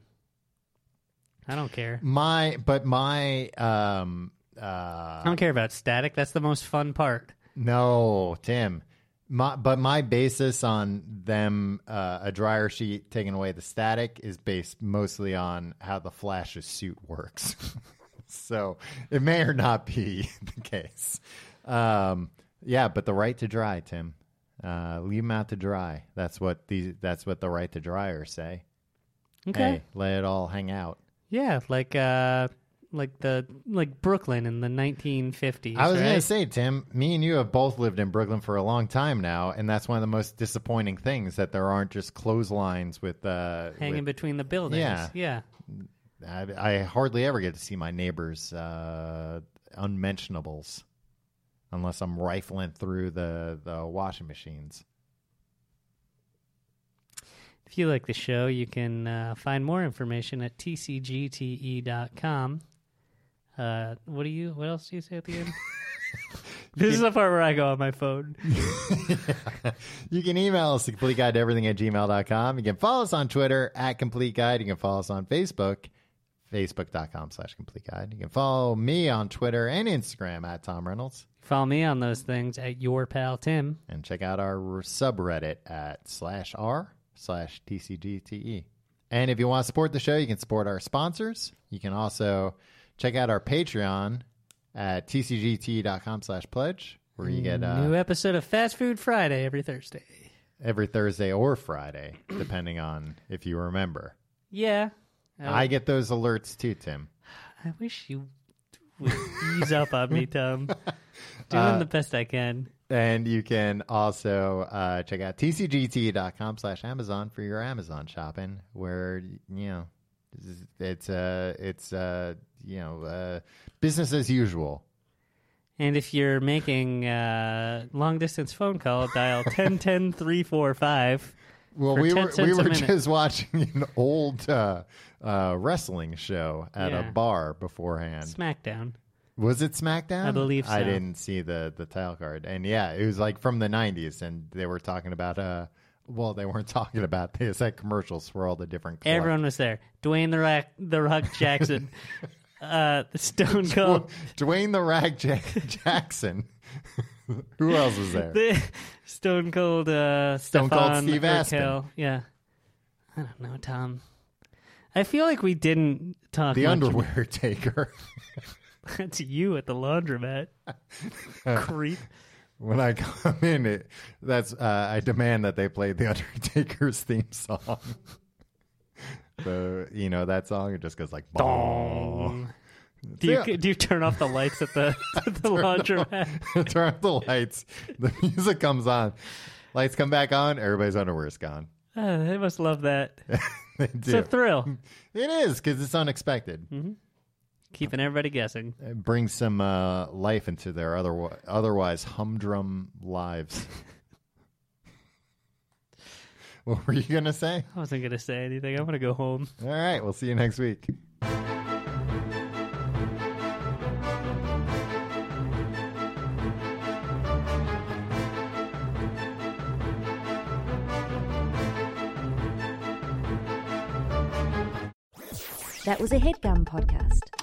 Speaker 3: I don't
Speaker 2: Mm.
Speaker 3: care.
Speaker 2: My, but my, um,
Speaker 3: I
Speaker 2: uh,
Speaker 3: don't care about static. That's the most fun part.
Speaker 2: no, Tim. My, but my basis on them, uh, a dryer sheet taking away the static is based mostly on how the Flash's suit works. *laughs* so it may or not be *laughs* the case. Um, yeah, but the right to dry, Tim. Uh, leave them out to dry. That's what these. That's what the right to dryers say.
Speaker 3: Okay.
Speaker 2: Hey, let it all hang out.
Speaker 3: Yeah, like uh, like the like Brooklyn in the 1950s.
Speaker 2: I was
Speaker 3: right?
Speaker 2: going to say, Tim, me and you have both lived in Brooklyn for a long time now, and that's one of the most disappointing things that there aren't just clotheslines with. Uh,
Speaker 3: hanging
Speaker 2: with-
Speaker 3: between the buildings.
Speaker 2: Yeah.
Speaker 3: yeah.
Speaker 2: I, I hardly ever get to see my neighbors' uh, unmentionables, unless I'm rifling through the the washing machines.
Speaker 3: If you like the show, you can uh, find more information at tcgte.com. E Uh, what do you? What else do you say at the end? this is the part where I go on my phone.
Speaker 2: You can email us at complete guide to everything at gmail.com. You can follow us on Twitter at complete guide. You can follow us on Facebook, facebook.com slash complete guide. You can follow me on Twitter and Instagram at Tom Reynolds.
Speaker 3: Follow me on those things at your pal Tim.
Speaker 2: and check out our subreddit at slash r slash tcgte E. and if you want to support the show you can support our sponsors you can also check out our patreon at tcgt.com E slash pledge where you get
Speaker 3: New
Speaker 2: uh,
Speaker 3: episode of Fast Food Friday every Thursday.
Speaker 2: every thursday or friday depending on if you remember
Speaker 3: Yeah, Oh.
Speaker 2: i get those alerts too tim
Speaker 3: I wish you would ease up on me, Tom. Doing the best I can.
Speaker 2: and you can also uh, check out tcgt.com slash amazon for your amazon shopping where you know it's uh it's uh you know uh business as usual
Speaker 3: And if you're making a long distance phone call, dial 110345.
Speaker 2: well
Speaker 3: For
Speaker 2: we
Speaker 3: 10
Speaker 2: were
Speaker 3: cents
Speaker 2: we
Speaker 3: a
Speaker 2: were
Speaker 3: minute.
Speaker 2: just watching an old uh uh wrestling show at
Speaker 3: Yeah.
Speaker 2: a bar beforehand
Speaker 3: SmackDown.
Speaker 2: was it smackdown
Speaker 3: I believe
Speaker 2: i
Speaker 3: so.
Speaker 2: didn't see the the title card and yeah it was like from the 90s and they were talking about uh well, they weren't *laughs* talking about this. That commercials for all the different clubs.
Speaker 3: Everyone was there. Dwayne the Rock, the Rock
Speaker 2: *laughs*
Speaker 3: Jackson, uh, Stone
Speaker 2: Well,
Speaker 3: Cold,
Speaker 2: Dwayne the Rag Jack- Jackson. *laughs* Who else was there?
Speaker 3: the Stone Cold, uh,
Speaker 2: Stone Cold
Speaker 3: Stefan
Speaker 2: Steve Aspen.
Speaker 3: Urkel. Yeah, I don't know, Tom. I feel like we didn't talk.
Speaker 2: The
Speaker 3: much
Speaker 2: underwear taker.
Speaker 3: *laughs*
Speaker 2: *laughs*
Speaker 3: about- to you at the laundromat. Creep.
Speaker 2: When I come in, it, that's uh, I demand that they play the *laughs* Undertaker's theme song. *laughs* so you know that song. It just goes like "Bong."
Speaker 3: Do you
Speaker 2: Yeah.
Speaker 3: do you turn off the lights at the *laughs* at the
Speaker 2: *laughs* *laughs*
Speaker 3: laundromat?
Speaker 2: Turn off the lights. The music comes on. Lights come back on. Everybody's underwear's gone. *laughs*
Speaker 3: Oh, they must love that.
Speaker 2: They do.
Speaker 3: It's
Speaker 2: *laughs*
Speaker 3: a thrill.
Speaker 2: it is because it's unexpected.
Speaker 3: Keeping everybody guessing.
Speaker 2: It brings some uh, life into their other, otherwise humdrum lives. what were you going to say?
Speaker 3: I wasn't gonna say anything. I'm gonna go home.
Speaker 2: All right, we'll see you next week.
Speaker 1: That was a headgum podcast.